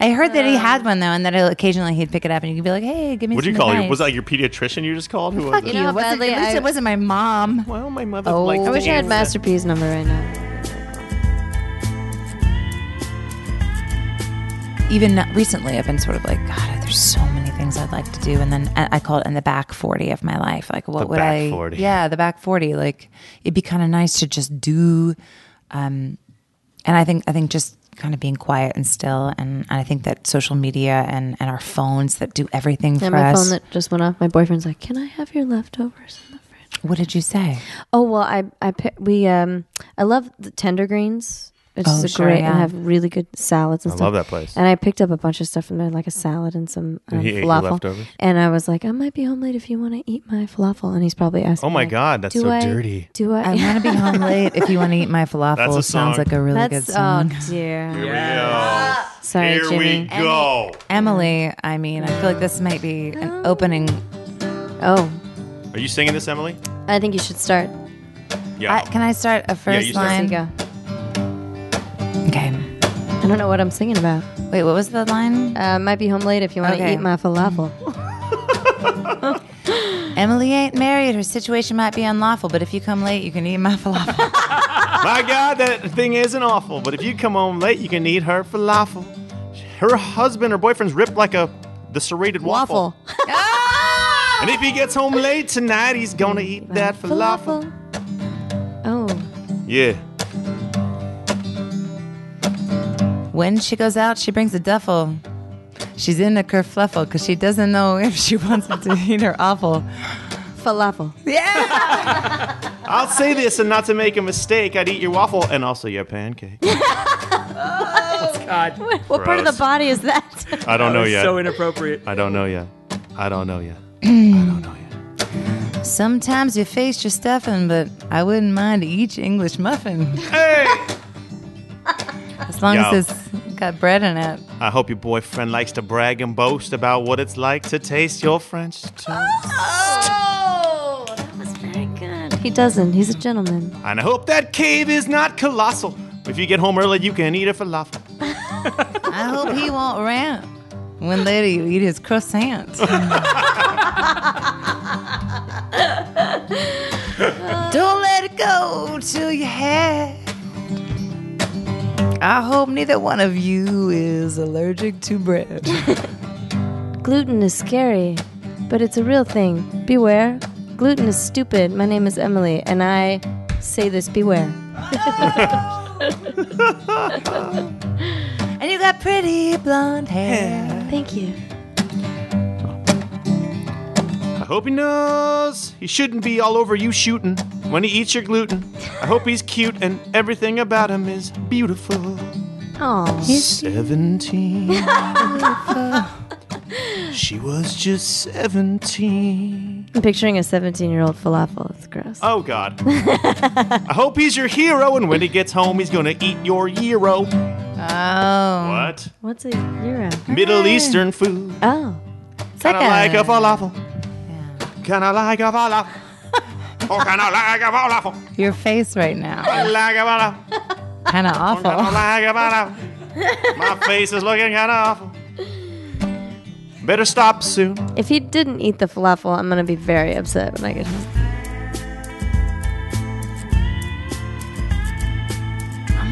Speaker 3: I heard that he
Speaker 6: Uh.
Speaker 3: had one though, and that occasionally he'd pick it up, and you could be like, "Hey, give me."
Speaker 2: What do
Speaker 3: some
Speaker 2: you call you?
Speaker 3: advice."
Speaker 2: Was that your pediatrician you just called? Who was
Speaker 3: Fuck
Speaker 2: it?
Speaker 3: you.
Speaker 6: know how
Speaker 3: It wasn't-
Speaker 6: badly
Speaker 3: at least
Speaker 6: I-
Speaker 3: it wasn't my mom.
Speaker 2: Well, my mother
Speaker 3: Oh.
Speaker 2: liked.
Speaker 6: I
Speaker 2: to
Speaker 6: wish I had
Speaker 2: answer.
Speaker 6: Master P's number right now.
Speaker 3: Even not- recently, I've been sort of like, God, there's so many things I'd like to do, and then I I call it in the back forty of my life. Like, what
Speaker 2: The
Speaker 3: would
Speaker 2: back
Speaker 3: I?
Speaker 2: 40.
Speaker 3: Yeah, the back forty. Like, it'd be kind of nice to just do. Um, and I think I think just kind of being quiet and still, and, and I think that social media and, and our phones that do everything
Speaker 6: And
Speaker 3: for
Speaker 6: my
Speaker 3: us.
Speaker 6: phone that just went off. My boyfriend's like, "Can I have your leftovers in the fridge?"
Speaker 3: what did you say?
Speaker 6: Oh well, I I pi- we um I love the Tender Greens. It's
Speaker 3: Oh,
Speaker 6: a
Speaker 3: sure,
Speaker 6: great.
Speaker 3: yeah.
Speaker 6: I have really good salads and
Speaker 2: I
Speaker 6: stuff.
Speaker 2: love that place.
Speaker 6: And I picked up a bunch of stuff from there, like a salad and some um,
Speaker 2: He ate your
Speaker 6: falafel.
Speaker 2: leftovers?
Speaker 6: And I was like, I might be home late if you want to eat my falafel. And he's probably asking.
Speaker 2: Oh my
Speaker 6: like,
Speaker 2: God, that's
Speaker 6: do
Speaker 2: so
Speaker 6: I-
Speaker 2: dirty.
Speaker 6: Do I?
Speaker 3: I want to be home late if you want to eat my falafel.
Speaker 2: That's a
Speaker 3: Sounds
Speaker 2: song.
Speaker 3: like a really
Speaker 6: (laughs) that's
Speaker 3: good song.
Speaker 6: oh dear. Sorry,
Speaker 2: Here
Speaker 6: Jimmy.
Speaker 2: we go.
Speaker 3: Emily, I mean, I feel like this might be an opening.
Speaker 6: Oh,
Speaker 2: Are you singing this, Emily?
Speaker 6: I think you should start.
Speaker 2: Yeah.
Speaker 3: I, Uh, can I start a first
Speaker 2: you start.
Speaker 6: There
Speaker 3: line?
Speaker 6: you go.
Speaker 3: Okay.
Speaker 6: I don't know what I'm singing about.
Speaker 3: Wait, what was the line?
Speaker 6: Uh, might be home late if you want to
Speaker 3: Okay.
Speaker 6: eat my falafel.
Speaker 3: Emily ain't married. Her situation might be unlawful, but if you come late, you can eat my falafel.
Speaker 2: My God, that thing isn't awful. But if you come home late, you can eat her falafel. Her husband or boyfriend's ripped like a the serrated waffle.
Speaker 6: Waffle.
Speaker 2: And if he gets home late tonight, he's gonna eat that falafel.
Speaker 6: Oh.
Speaker 2: Yeah.
Speaker 3: when she goes out, she brings a duffel. She's in a kerfluffle because she doesn't know (laughs) if she wants me to eat her awful.
Speaker 6: Falafel.
Speaker 2: I'll say this, and not to make a mistake, I'd eat your waffle and also your pancake.
Speaker 6: What part of the
Speaker 2: Gross.
Speaker 6: body is that?
Speaker 2: I don't know yet.
Speaker 5: so inappropriate.
Speaker 2: I don't know yet. I don't know (clears throat) yet. I don't know yet.
Speaker 3: Sometimes you face your stuffing, but I wouldn't mind each English muffin. Hey! As long
Speaker 2: Yo.
Speaker 3: as it's got bread in it.
Speaker 2: I hope your boyfriend likes to brag and boast about what it's like to taste your French toast.
Speaker 6: Oh, that was very good. He doesn't. He's a gentleman.
Speaker 2: And I hope that cave is not colossal. If you get home early, you can eat a falafel.
Speaker 3: I hope he won't rant when later you eat his croissant. Don't let it go to your head. I hope neither one of you is allergic to bread.
Speaker 6: Gluten is scary, but it's a real thing. Beware. Gluten is stupid. My name is Emily, and I say this beware.
Speaker 3: and you got pretty blonde hair.
Speaker 6: Thank you.
Speaker 2: I hope he knows he shouldn't be all over you shooting when he eats your gluten. I hope he's cute and everything about him is beautiful.
Speaker 6: Oh,
Speaker 2: (laughs) 17. she was just 17.
Speaker 6: I'm picturing a 17 year old falafel. It's gross.
Speaker 2: Oh, God. I hope he's your hero, and when he gets home, he's gonna eat your gyro.
Speaker 3: Oh.
Speaker 2: What?
Speaker 6: What's a euro?
Speaker 2: Middle Eastern food.
Speaker 6: Oh, it's like
Speaker 2: Kinda like a
Speaker 6: a.
Speaker 2: falafel. Kinda like a (laughs) falafel. Oh, kinda like a falafel.
Speaker 3: Your face right now.
Speaker 2: Like a falafel.
Speaker 3: Kind
Speaker 2: Kinda
Speaker 3: of
Speaker 6: Oh.
Speaker 3: awful.
Speaker 2: like a falafel. My face is looking kinda awful. Better stop soon.
Speaker 6: If he didn't eat the falafel, I'm gonna be very upset when I get home.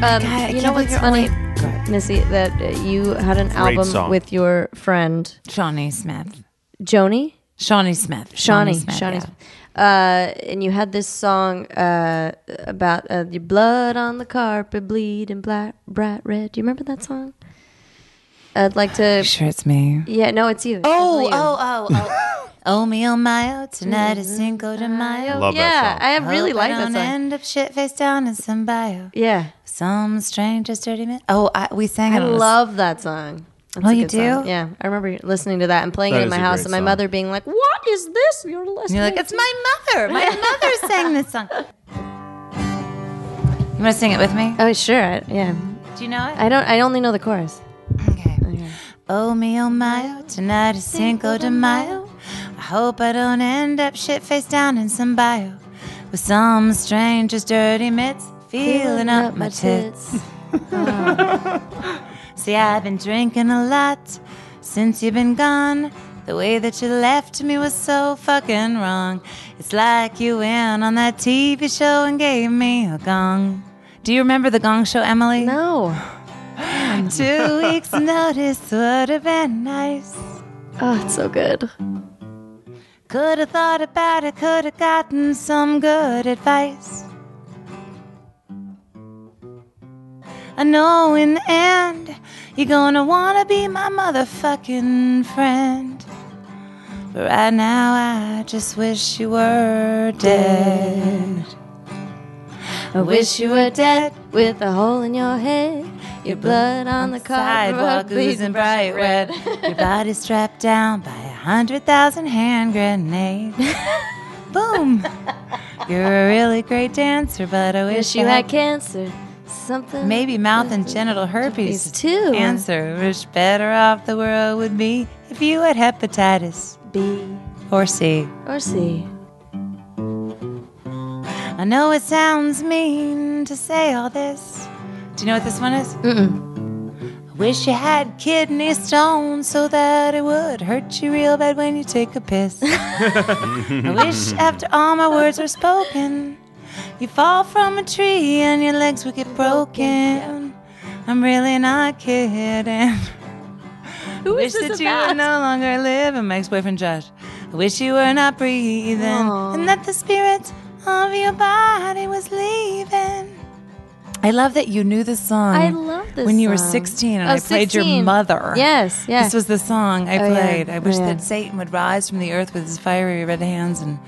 Speaker 3: Oh
Speaker 6: Um,
Speaker 3: God, I
Speaker 6: you
Speaker 3: can't
Speaker 6: know
Speaker 3: believe
Speaker 6: what's
Speaker 3: you're
Speaker 6: funny,
Speaker 3: only- Go ahead.
Speaker 6: Missy, that uh, you had an album
Speaker 2: song.
Speaker 6: with your friend
Speaker 3: Shawnee Smith.
Speaker 6: Joni,
Speaker 3: Shawnee Smith.
Speaker 6: Shawnee,
Speaker 3: Smith,
Speaker 6: Shawnee,
Speaker 3: yeah.
Speaker 6: Smith. Uh, and you had this song uh, about uh, your blood on the carpet, bleeding black, bright red. Do you remember that song? I'd like to.
Speaker 3: Sure, it's me.
Speaker 6: Yeah, no, it's you.
Speaker 3: Oh,
Speaker 6: It's definitely you.
Speaker 3: oh, oh, (laughs) oh. oh, me, oh, my, oh, tonight is Cinco de Mayo.
Speaker 2: Love
Speaker 6: yeah,
Speaker 2: that song.
Speaker 6: I really
Speaker 3: Hope
Speaker 6: like
Speaker 3: I
Speaker 6: that
Speaker 3: don't
Speaker 6: song.
Speaker 3: end up shit face down in some bio.
Speaker 6: Yeah,
Speaker 3: Some stranger's dirty man. Oh, I, we sang it.
Speaker 6: I
Speaker 3: on this-
Speaker 6: love that song. That's
Speaker 3: Oh,
Speaker 6: a
Speaker 3: you
Speaker 6: good song.
Speaker 3: do?
Speaker 6: Yeah, I remember listening to that and playing
Speaker 2: That
Speaker 6: it in
Speaker 2: is
Speaker 6: my
Speaker 2: a
Speaker 6: house,
Speaker 2: great
Speaker 6: and my
Speaker 2: song.
Speaker 6: mother being like, "What is this? You're listening."
Speaker 3: You're like, it's my mother.
Speaker 6: (laughs)
Speaker 3: My mother sang this song. You want to sing it with me?
Speaker 6: "Oh, sure, I, yeah."
Speaker 3: Do you know it?
Speaker 6: I don't. I only know the chorus.
Speaker 3: Okay. Oh me, oh my, oh, tonight is Cinco de Mayo. I hope I don't end up shit face down in some bio with some stranger's dirty mitts feeling up my tits. See, I've been drinking a lot since you've been gone. The way that you left me was so fucking wrong. It's like you went on that TV show and gave me a gong. Do you remember the gong show, Emily?
Speaker 6: No.
Speaker 3: (sighs) Two weeks' notice would have been nice.
Speaker 6: Oh, it's so good.
Speaker 3: Could have thought about it, could have gotten some good advice. I know in the end, you're gonna wanna be my motherfucking friend. But right now, I just wish you were dead.
Speaker 6: I wish you were dead with a hole in your head. Your blood on the
Speaker 3: sidewalk
Speaker 6: sidewalk
Speaker 3: oozing bright red. Your body strapped down by a hundred thousand hand
Speaker 6: (laughs)
Speaker 3: grenades. Boom! You're a really great dancer, but I wish
Speaker 6: Wish you
Speaker 3: I
Speaker 6: had cancer. Something.
Speaker 3: maybe mouth and genital herpes
Speaker 6: Herpes too.
Speaker 3: Answer: Wish better off the world would be if you had hepatitis
Speaker 6: B
Speaker 3: or C.
Speaker 6: or C.
Speaker 3: I know it sounds mean to say all this. Do you know what this one is? Mm-mm. I wish you had kidney stones so that it would hurt you real bad when you take a piss. I wish after all my words were spoken, you fall from a tree and your legs would get broken. I'm really not kidding. I wish that
Speaker 6: this
Speaker 3: you were no longer living, my ex-boyfriend Josh. I wish you were not breathing,
Speaker 6: Aw.
Speaker 3: and that the spirit of your body was leaving. I love that you knew this song.
Speaker 6: I love this.
Speaker 3: When you were
Speaker 6: song.
Speaker 3: 16 and
Speaker 6: Oh,
Speaker 3: I played your
Speaker 6: 16.
Speaker 3: mother.
Speaker 6: Yes, yes.
Speaker 3: This was the song I
Speaker 6: Oh, yeah.
Speaker 3: played. I wish
Speaker 6: Oh, yeah.
Speaker 3: that Satan would rise from the earth with his fiery red hands and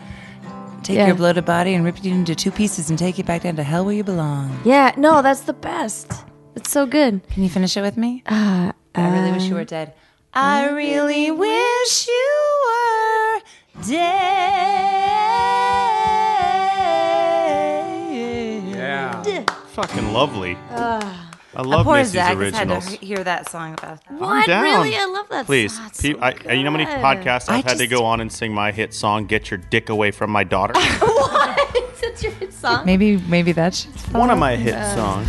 Speaker 3: take
Speaker 6: Yeah.
Speaker 3: your bloated body and rip you into two pieces and take you back down to hell where you belong.
Speaker 6: Yeah, no, that's the best. It's so good.
Speaker 3: Can you finish it with me? I really wish you were dead. I really wish you were dead.
Speaker 5: Yeah.
Speaker 2: Fucking lovely. I
Speaker 3: Poor
Speaker 2: love Missy's
Speaker 3: Zach has had to
Speaker 2: originals.
Speaker 3: he- hear that song about that.
Speaker 6: What?
Speaker 2: down.
Speaker 6: Really? I love that
Speaker 2: Please,
Speaker 6: song. It's
Speaker 2: pe-
Speaker 6: so
Speaker 2: I, and you know how many
Speaker 6: good.
Speaker 2: podcasts
Speaker 3: I
Speaker 2: I've had to
Speaker 3: just-
Speaker 2: go on and sing my hit song "Get Your Dick Away from My
Speaker 6: (laughs)
Speaker 2: Daughter."
Speaker 6: What? That's your song?
Speaker 3: Maybe, maybe that should.
Speaker 2: One of my hit songs.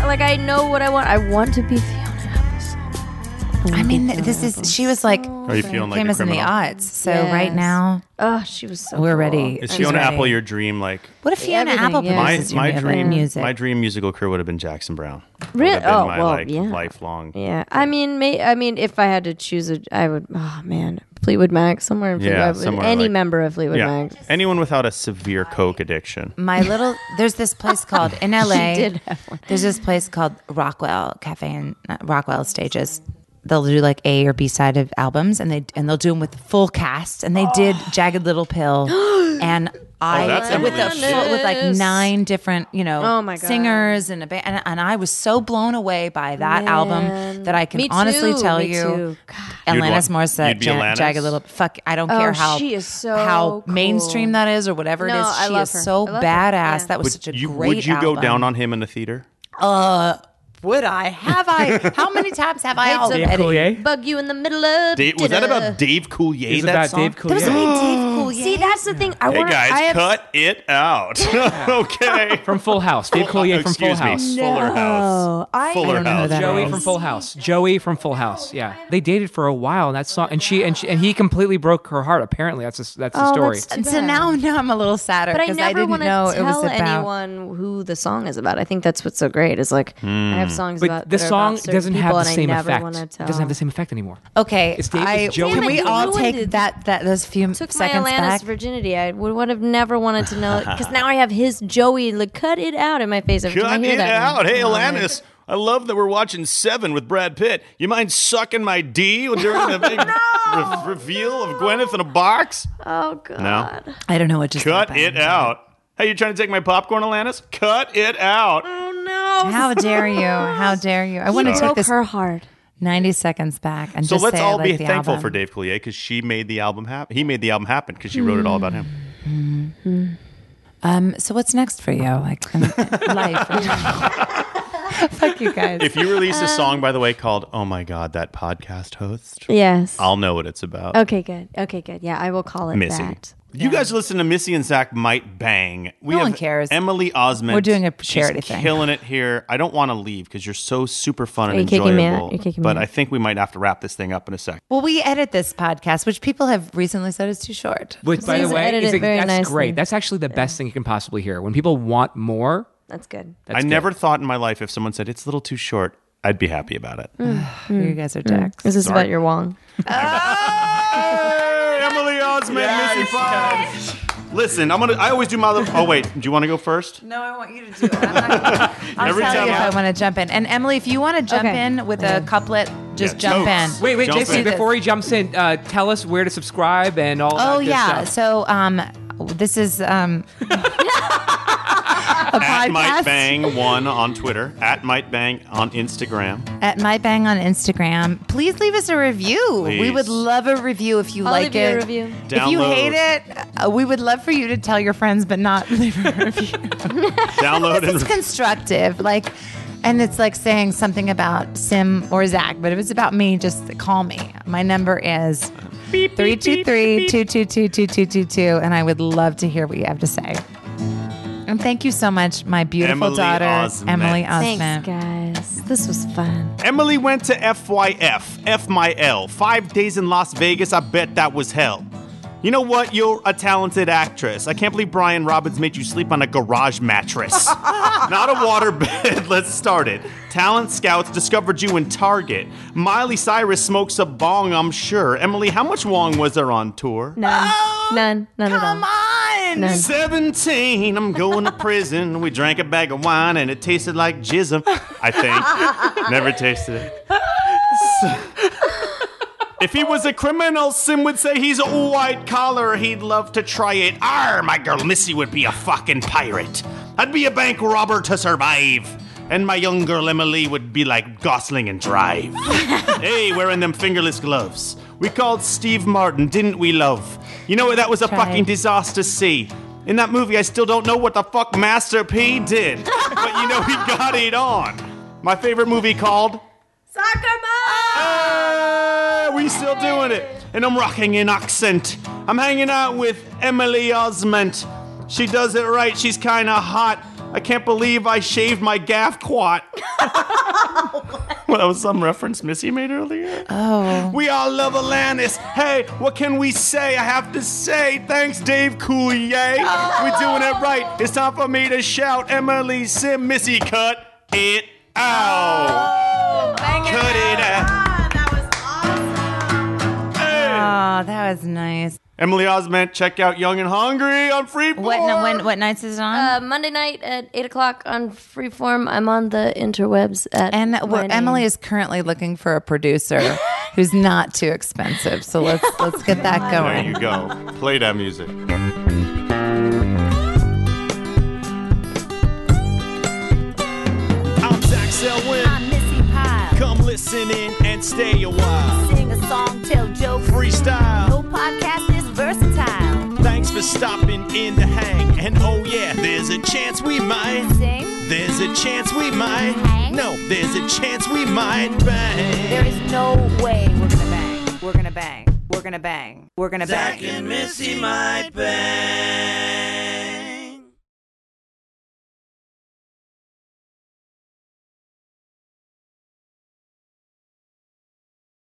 Speaker 6: Like, I know what I want. I want to be Fiona Apple so bad.
Speaker 3: I mean, this is. She was like
Speaker 2: Are you feeling like
Speaker 3: famous
Speaker 2: a
Speaker 3: in the
Speaker 2: criminal?
Speaker 3: auts. So
Speaker 6: Yes.
Speaker 3: right now,
Speaker 6: Oh, she was so
Speaker 3: We're
Speaker 6: cool.
Speaker 3: ready.
Speaker 2: Is
Speaker 3: I'm
Speaker 2: Fiona
Speaker 3: ready.
Speaker 2: Apple your dream? Like
Speaker 3: what if Fiona
Speaker 6: Everything,
Speaker 3: Apple
Speaker 6: yeah.
Speaker 2: my
Speaker 3: produces
Speaker 2: my
Speaker 3: your
Speaker 2: dream
Speaker 3: music?
Speaker 2: My dream musical career would have been Jackson Brown. That would
Speaker 6: Really?
Speaker 2: have been
Speaker 6: Oh,
Speaker 2: my
Speaker 6: well,
Speaker 2: like
Speaker 6: yeah.
Speaker 2: lifelong.
Speaker 6: Yeah, I mean, may, I mean, if I had to choose a, I would. Oh man, Fleetwood Mac, somewhere in Fleetwood,
Speaker 2: Yeah,
Speaker 6: Mac,
Speaker 2: somewhere
Speaker 6: any
Speaker 2: like-
Speaker 6: member of Fleetwood
Speaker 2: Yeah.
Speaker 6: Mac.
Speaker 2: Anyone without a severe coke addiction.
Speaker 3: my little there's this
Speaker 6: (laughs)
Speaker 3: place called in LA.
Speaker 6: did have one.
Speaker 3: There's this place called Rockwell Cafe and not Rockwell Stages. They'll do like A or B side of albums, and they and they'll do them with the full cast. And they
Speaker 6: Oh.
Speaker 3: did Jagged Little
Speaker 6: (gasps)
Speaker 3: Pill, and I
Speaker 2: that's
Speaker 3: with a
Speaker 2: Emily's
Speaker 3: full, with like
Speaker 6: shit.
Speaker 3: nine different you know
Speaker 6: Oh my God.
Speaker 3: singers and a band, and, and I was so blown away by that album
Speaker 6: Man.
Speaker 3: that I can
Speaker 6: Me
Speaker 3: honestly
Speaker 6: too,
Speaker 3: tell
Speaker 6: me
Speaker 3: you,
Speaker 6: too. God.
Speaker 3: Alanis
Speaker 2: You'd want- you'd
Speaker 3: Morissette,
Speaker 2: be
Speaker 3: Jan-
Speaker 2: Alanis?
Speaker 3: Jagged Little fuck. I don't
Speaker 6: Oh,
Speaker 3: care how
Speaker 6: she is so
Speaker 3: how
Speaker 6: cool.
Speaker 3: mainstream that is or whatever it
Speaker 6: Oh. No,
Speaker 3: is.
Speaker 6: I
Speaker 3: She
Speaker 6: love
Speaker 3: is
Speaker 6: her.
Speaker 3: so
Speaker 6: I
Speaker 3: badass.
Speaker 6: love her. Yeah.
Speaker 3: That was
Speaker 2: Would
Speaker 3: such a
Speaker 2: you
Speaker 3: great.
Speaker 2: would you go
Speaker 3: album.
Speaker 2: down on him in the theater?
Speaker 3: Would I? Have I? How many times have I already?
Speaker 5: Dave Coulier.
Speaker 6: Bug you in the middle of.
Speaker 2: Dave, was that
Speaker 6: dinner.
Speaker 2: about Dave Coulier?
Speaker 5: It's
Speaker 2: that
Speaker 5: about
Speaker 2: song?
Speaker 5: Dave
Speaker 3: That was
Speaker 5: Coulier
Speaker 2: (gasps)
Speaker 3: only Dave Coulier.
Speaker 6: See, that's the thing. I
Speaker 2: Hey
Speaker 6: want.
Speaker 2: guys,
Speaker 6: I have,
Speaker 2: cut it out. (laughs) okay.
Speaker 5: (laughs) from Full House. Dave Coulier from Full
Speaker 2: Excuse me,
Speaker 5: House.
Speaker 2: Fuller House.
Speaker 6: Oh, I-
Speaker 2: Fuller
Speaker 6: I don't know
Speaker 2: House.
Speaker 3: that
Speaker 5: Joey
Speaker 3: is.
Speaker 5: from Full House. Joey from Full House. Yeah, they dated for a while, and that song, and she and she, and he completely broke her heart. Apparently, that's a, that's the
Speaker 6: Oh,
Speaker 5: story.
Speaker 6: that's-
Speaker 3: And so now, now I'm a little sadder
Speaker 6: But I
Speaker 3: because I,
Speaker 6: never
Speaker 3: didn't
Speaker 6: want to
Speaker 3: know it
Speaker 6: tell
Speaker 3: was
Speaker 2: Hmm.
Speaker 3: about.
Speaker 6: anyone who the song is about. I think that's what's so great. Is like I have of songs
Speaker 5: But
Speaker 6: about
Speaker 5: the
Speaker 6: that are
Speaker 5: song
Speaker 6: about certain
Speaker 5: doesn't have
Speaker 6: people
Speaker 5: the
Speaker 6: and I
Speaker 5: same
Speaker 6: never
Speaker 5: effect.
Speaker 6: wanna
Speaker 5: It doesn't have the
Speaker 6: tell.
Speaker 5: same effect anymore.
Speaker 3: Okay,
Speaker 5: It's David
Speaker 3: I,
Speaker 5: Jones.
Speaker 3: can
Speaker 5: Damn it,
Speaker 3: we
Speaker 6: you
Speaker 3: all
Speaker 6: ruined
Speaker 3: take
Speaker 6: it.
Speaker 3: that that those few
Speaker 6: took my
Speaker 3: seconds
Speaker 6: Atlantis
Speaker 3: back?
Speaker 6: virginity. I would, would have never wanted
Speaker 2: (laughs)
Speaker 6: to know because now I have his Joey. Like, cut it out in my face every time I
Speaker 2: Cut
Speaker 6: hear
Speaker 2: it
Speaker 6: that.
Speaker 2: out. Hey,
Speaker 6: Oh, my-
Speaker 2: Alanis. I love that we're watching Seven with Brad Pitt. You mind sucking my D during the big re- reveal of Gwyneth in a box?
Speaker 6: Oh god.
Speaker 2: No.
Speaker 3: I don't know what just
Speaker 2: Cut
Speaker 3: happened.
Speaker 2: it out. Hey, you trying to take my popcorn, Alanis? Cut it out.
Speaker 6: Oh no.
Speaker 3: How dare you? How dare you? I want to take
Speaker 6: broke
Speaker 3: this
Speaker 6: her heart.
Speaker 3: 90 seconds back and
Speaker 2: So
Speaker 3: just
Speaker 2: let's
Speaker 3: say I
Speaker 2: all
Speaker 3: like
Speaker 2: be
Speaker 3: the
Speaker 2: thankful
Speaker 3: album.
Speaker 2: for Dave Coulier because she made the album happen. He made the album happen because she wrote it all about him.
Speaker 3: Mm. Um, so what's next for you? Like um, life. (laughs) Fuck you guys.
Speaker 2: If you release
Speaker 3: Um,
Speaker 2: a song, by the way, called "Oh My God," that podcast host,
Speaker 6: Yes.
Speaker 2: I'll know what it's about.
Speaker 6: okay. Good. Okay. Good. Yeah, I will call it
Speaker 2: Missy.
Speaker 6: that.
Speaker 2: You guys listen to Missy and Zach might bang. We
Speaker 3: No
Speaker 2: have
Speaker 3: one cares.
Speaker 2: Emily Osmond.
Speaker 3: We're doing a
Speaker 2: She's
Speaker 3: charity thing.
Speaker 2: Killing it here. I don't want to leave because you're so super fun and
Speaker 6: you
Speaker 2: enjoyable.
Speaker 6: kicking me out? You're kicking me
Speaker 2: but
Speaker 6: out.
Speaker 2: I think we might have to wrap this thing up in a sec.
Speaker 3: well, we edit this podcast, which people have recently said is too short.
Speaker 5: Which, by the
Speaker 6: Please
Speaker 5: way,
Speaker 6: edit
Speaker 5: is
Speaker 6: it
Speaker 5: a,
Speaker 6: very
Speaker 5: that's
Speaker 6: nicely.
Speaker 5: great. That's actually the best thing you can possibly hear. When people want more,
Speaker 6: That's good.
Speaker 2: I
Speaker 5: that's good.
Speaker 2: never thought in my life if someone said it's a little too short, I'd be happy about it.
Speaker 3: You guys are
Speaker 2: Mm.
Speaker 3: dicks.
Speaker 6: This is about your Wong.
Speaker 2: Hey, Emily Osmond, Missy Five. Listen, I'm gonna. I always do my. Little, oh wait, do you want to go first?
Speaker 3: No, I want you to do it. I'm (laughs) not gonna, I'll
Speaker 2: Every
Speaker 3: tell
Speaker 2: time
Speaker 3: you
Speaker 2: I-
Speaker 3: if I want to jump in. And Emily, if you want to jump
Speaker 6: Okay.
Speaker 3: in with a couplet, just
Speaker 2: Yeah,
Speaker 3: jump
Speaker 2: totes.
Speaker 3: in.
Speaker 5: Wait, wait,
Speaker 2: Jump
Speaker 5: Jason,
Speaker 2: in.
Speaker 5: before he jumps in, uh, tell us where to subscribe and all that
Speaker 3: Oh
Speaker 5: good
Speaker 3: yeah.
Speaker 5: stuff.
Speaker 3: So um, this is um, a
Speaker 2: At
Speaker 3: podcast
Speaker 2: Might Bang One on Twitter. At Might Bang on Instagram.
Speaker 3: at my bang on Instagram. Please leave us a review. We
Speaker 2: Please.
Speaker 3: would love a review if you
Speaker 6: I'll
Speaker 3: like
Speaker 6: leave you a
Speaker 3: it.
Speaker 6: review.
Speaker 3: If you
Speaker 2: Download.
Speaker 3: hate it, uh, we would love for you to tell your friends, but not (laughs) leave a review.
Speaker 2: Download
Speaker 3: it's
Speaker 2: and
Speaker 3: constructive, like, and it's like saying something about Sim or Zach. But if it's about me, just call me. My number is. 323-222-2222 and I would love to hear what you have to say. And thank you so much, my beautiful
Speaker 2: Emily
Speaker 3: daughter,
Speaker 2: Osment.
Speaker 3: Emily Osment.
Speaker 6: Thanks, guys. This was fun.
Speaker 2: Emily went to FYF, F my L. Five days in Las Vegas, I bet that was hell. You know what? You're a talented actress. I can't believe Brian Robbins made you sleep on a garage
Speaker 3: (laughs)
Speaker 2: mattress. Not a water bed. (laughs) Let's start it. Talent scouts discovered you in Target. Miley Cyrus smokes a bong, I'm sure. Emily, how much Wong was there on tour?
Speaker 6: None. none. None at all.
Speaker 3: Oh, Come on!
Speaker 6: None.
Speaker 2: 17, I'm going to prison. We drank a bag of wine and it tasted like jism, I think. Never tasted it. If he was a criminal, Sim would say he's a white collar. He'd love to try it. Arr, my girl Missy would be a fucking pirate. I'd be a bank robber to survive. And my young girl Emily would be like Gosling and Drive. hey, wearing them fingerless gloves. We called Steve Martin, didn't we, love? You know what? That was a fucking disaster see. In that movie, I still don't know what the fuck Master P did. but you know, he (laughs) got it on. My favorite movie called Hey, Ah, we still doing it. And I'm rocking an accent. I'm hanging out with Emily Osment. She does it right. She's kind of hot. I can't believe I shaved my gaff quat. (laughs) well, that was some reference Missy made earlier. Oh. We all love Alanis. Hey, what can we say? I have to say thanks, Dave Coulier. We're doing it right. It's time for me to shout Emily Sim Missy cut it out. Cut it out.
Speaker 3: Oh, that was nice.
Speaker 2: Emily Osment, check out Young and Hungry on Freeport.
Speaker 3: What no, when what nights is it on?
Speaker 6: Uh, Monday night at eight o'clock on Freeform. I'm on the interwebs at
Speaker 3: and
Speaker 6: my
Speaker 3: we're,
Speaker 6: name.
Speaker 3: Emily is currently looking for a producer who's not too expensive. So let's let's get that
Speaker 2: There
Speaker 3: going.
Speaker 2: you go. Play that music.
Speaker 1: I'm Zach Selwyn.
Speaker 8: I'm Missy Pyle.
Speaker 1: Come listen in and stay a while.
Speaker 8: Sing a song, tell jokes.
Speaker 1: Freestyle.
Speaker 8: No podcast is versatile.
Speaker 1: Thanks for stopping in to hang. And oh yeah, there's a chance we might.
Speaker 8: Sing.
Speaker 1: There's a chance we might.
Speaker 8: Hang?
Speaker 1: No, there's a chance we might bang.
Speaker 8: There is no way we're gonna bang. We're gonna bang. We're gonna bang. We're gonna bang.
Speaker 1: Zach and Missy might bang.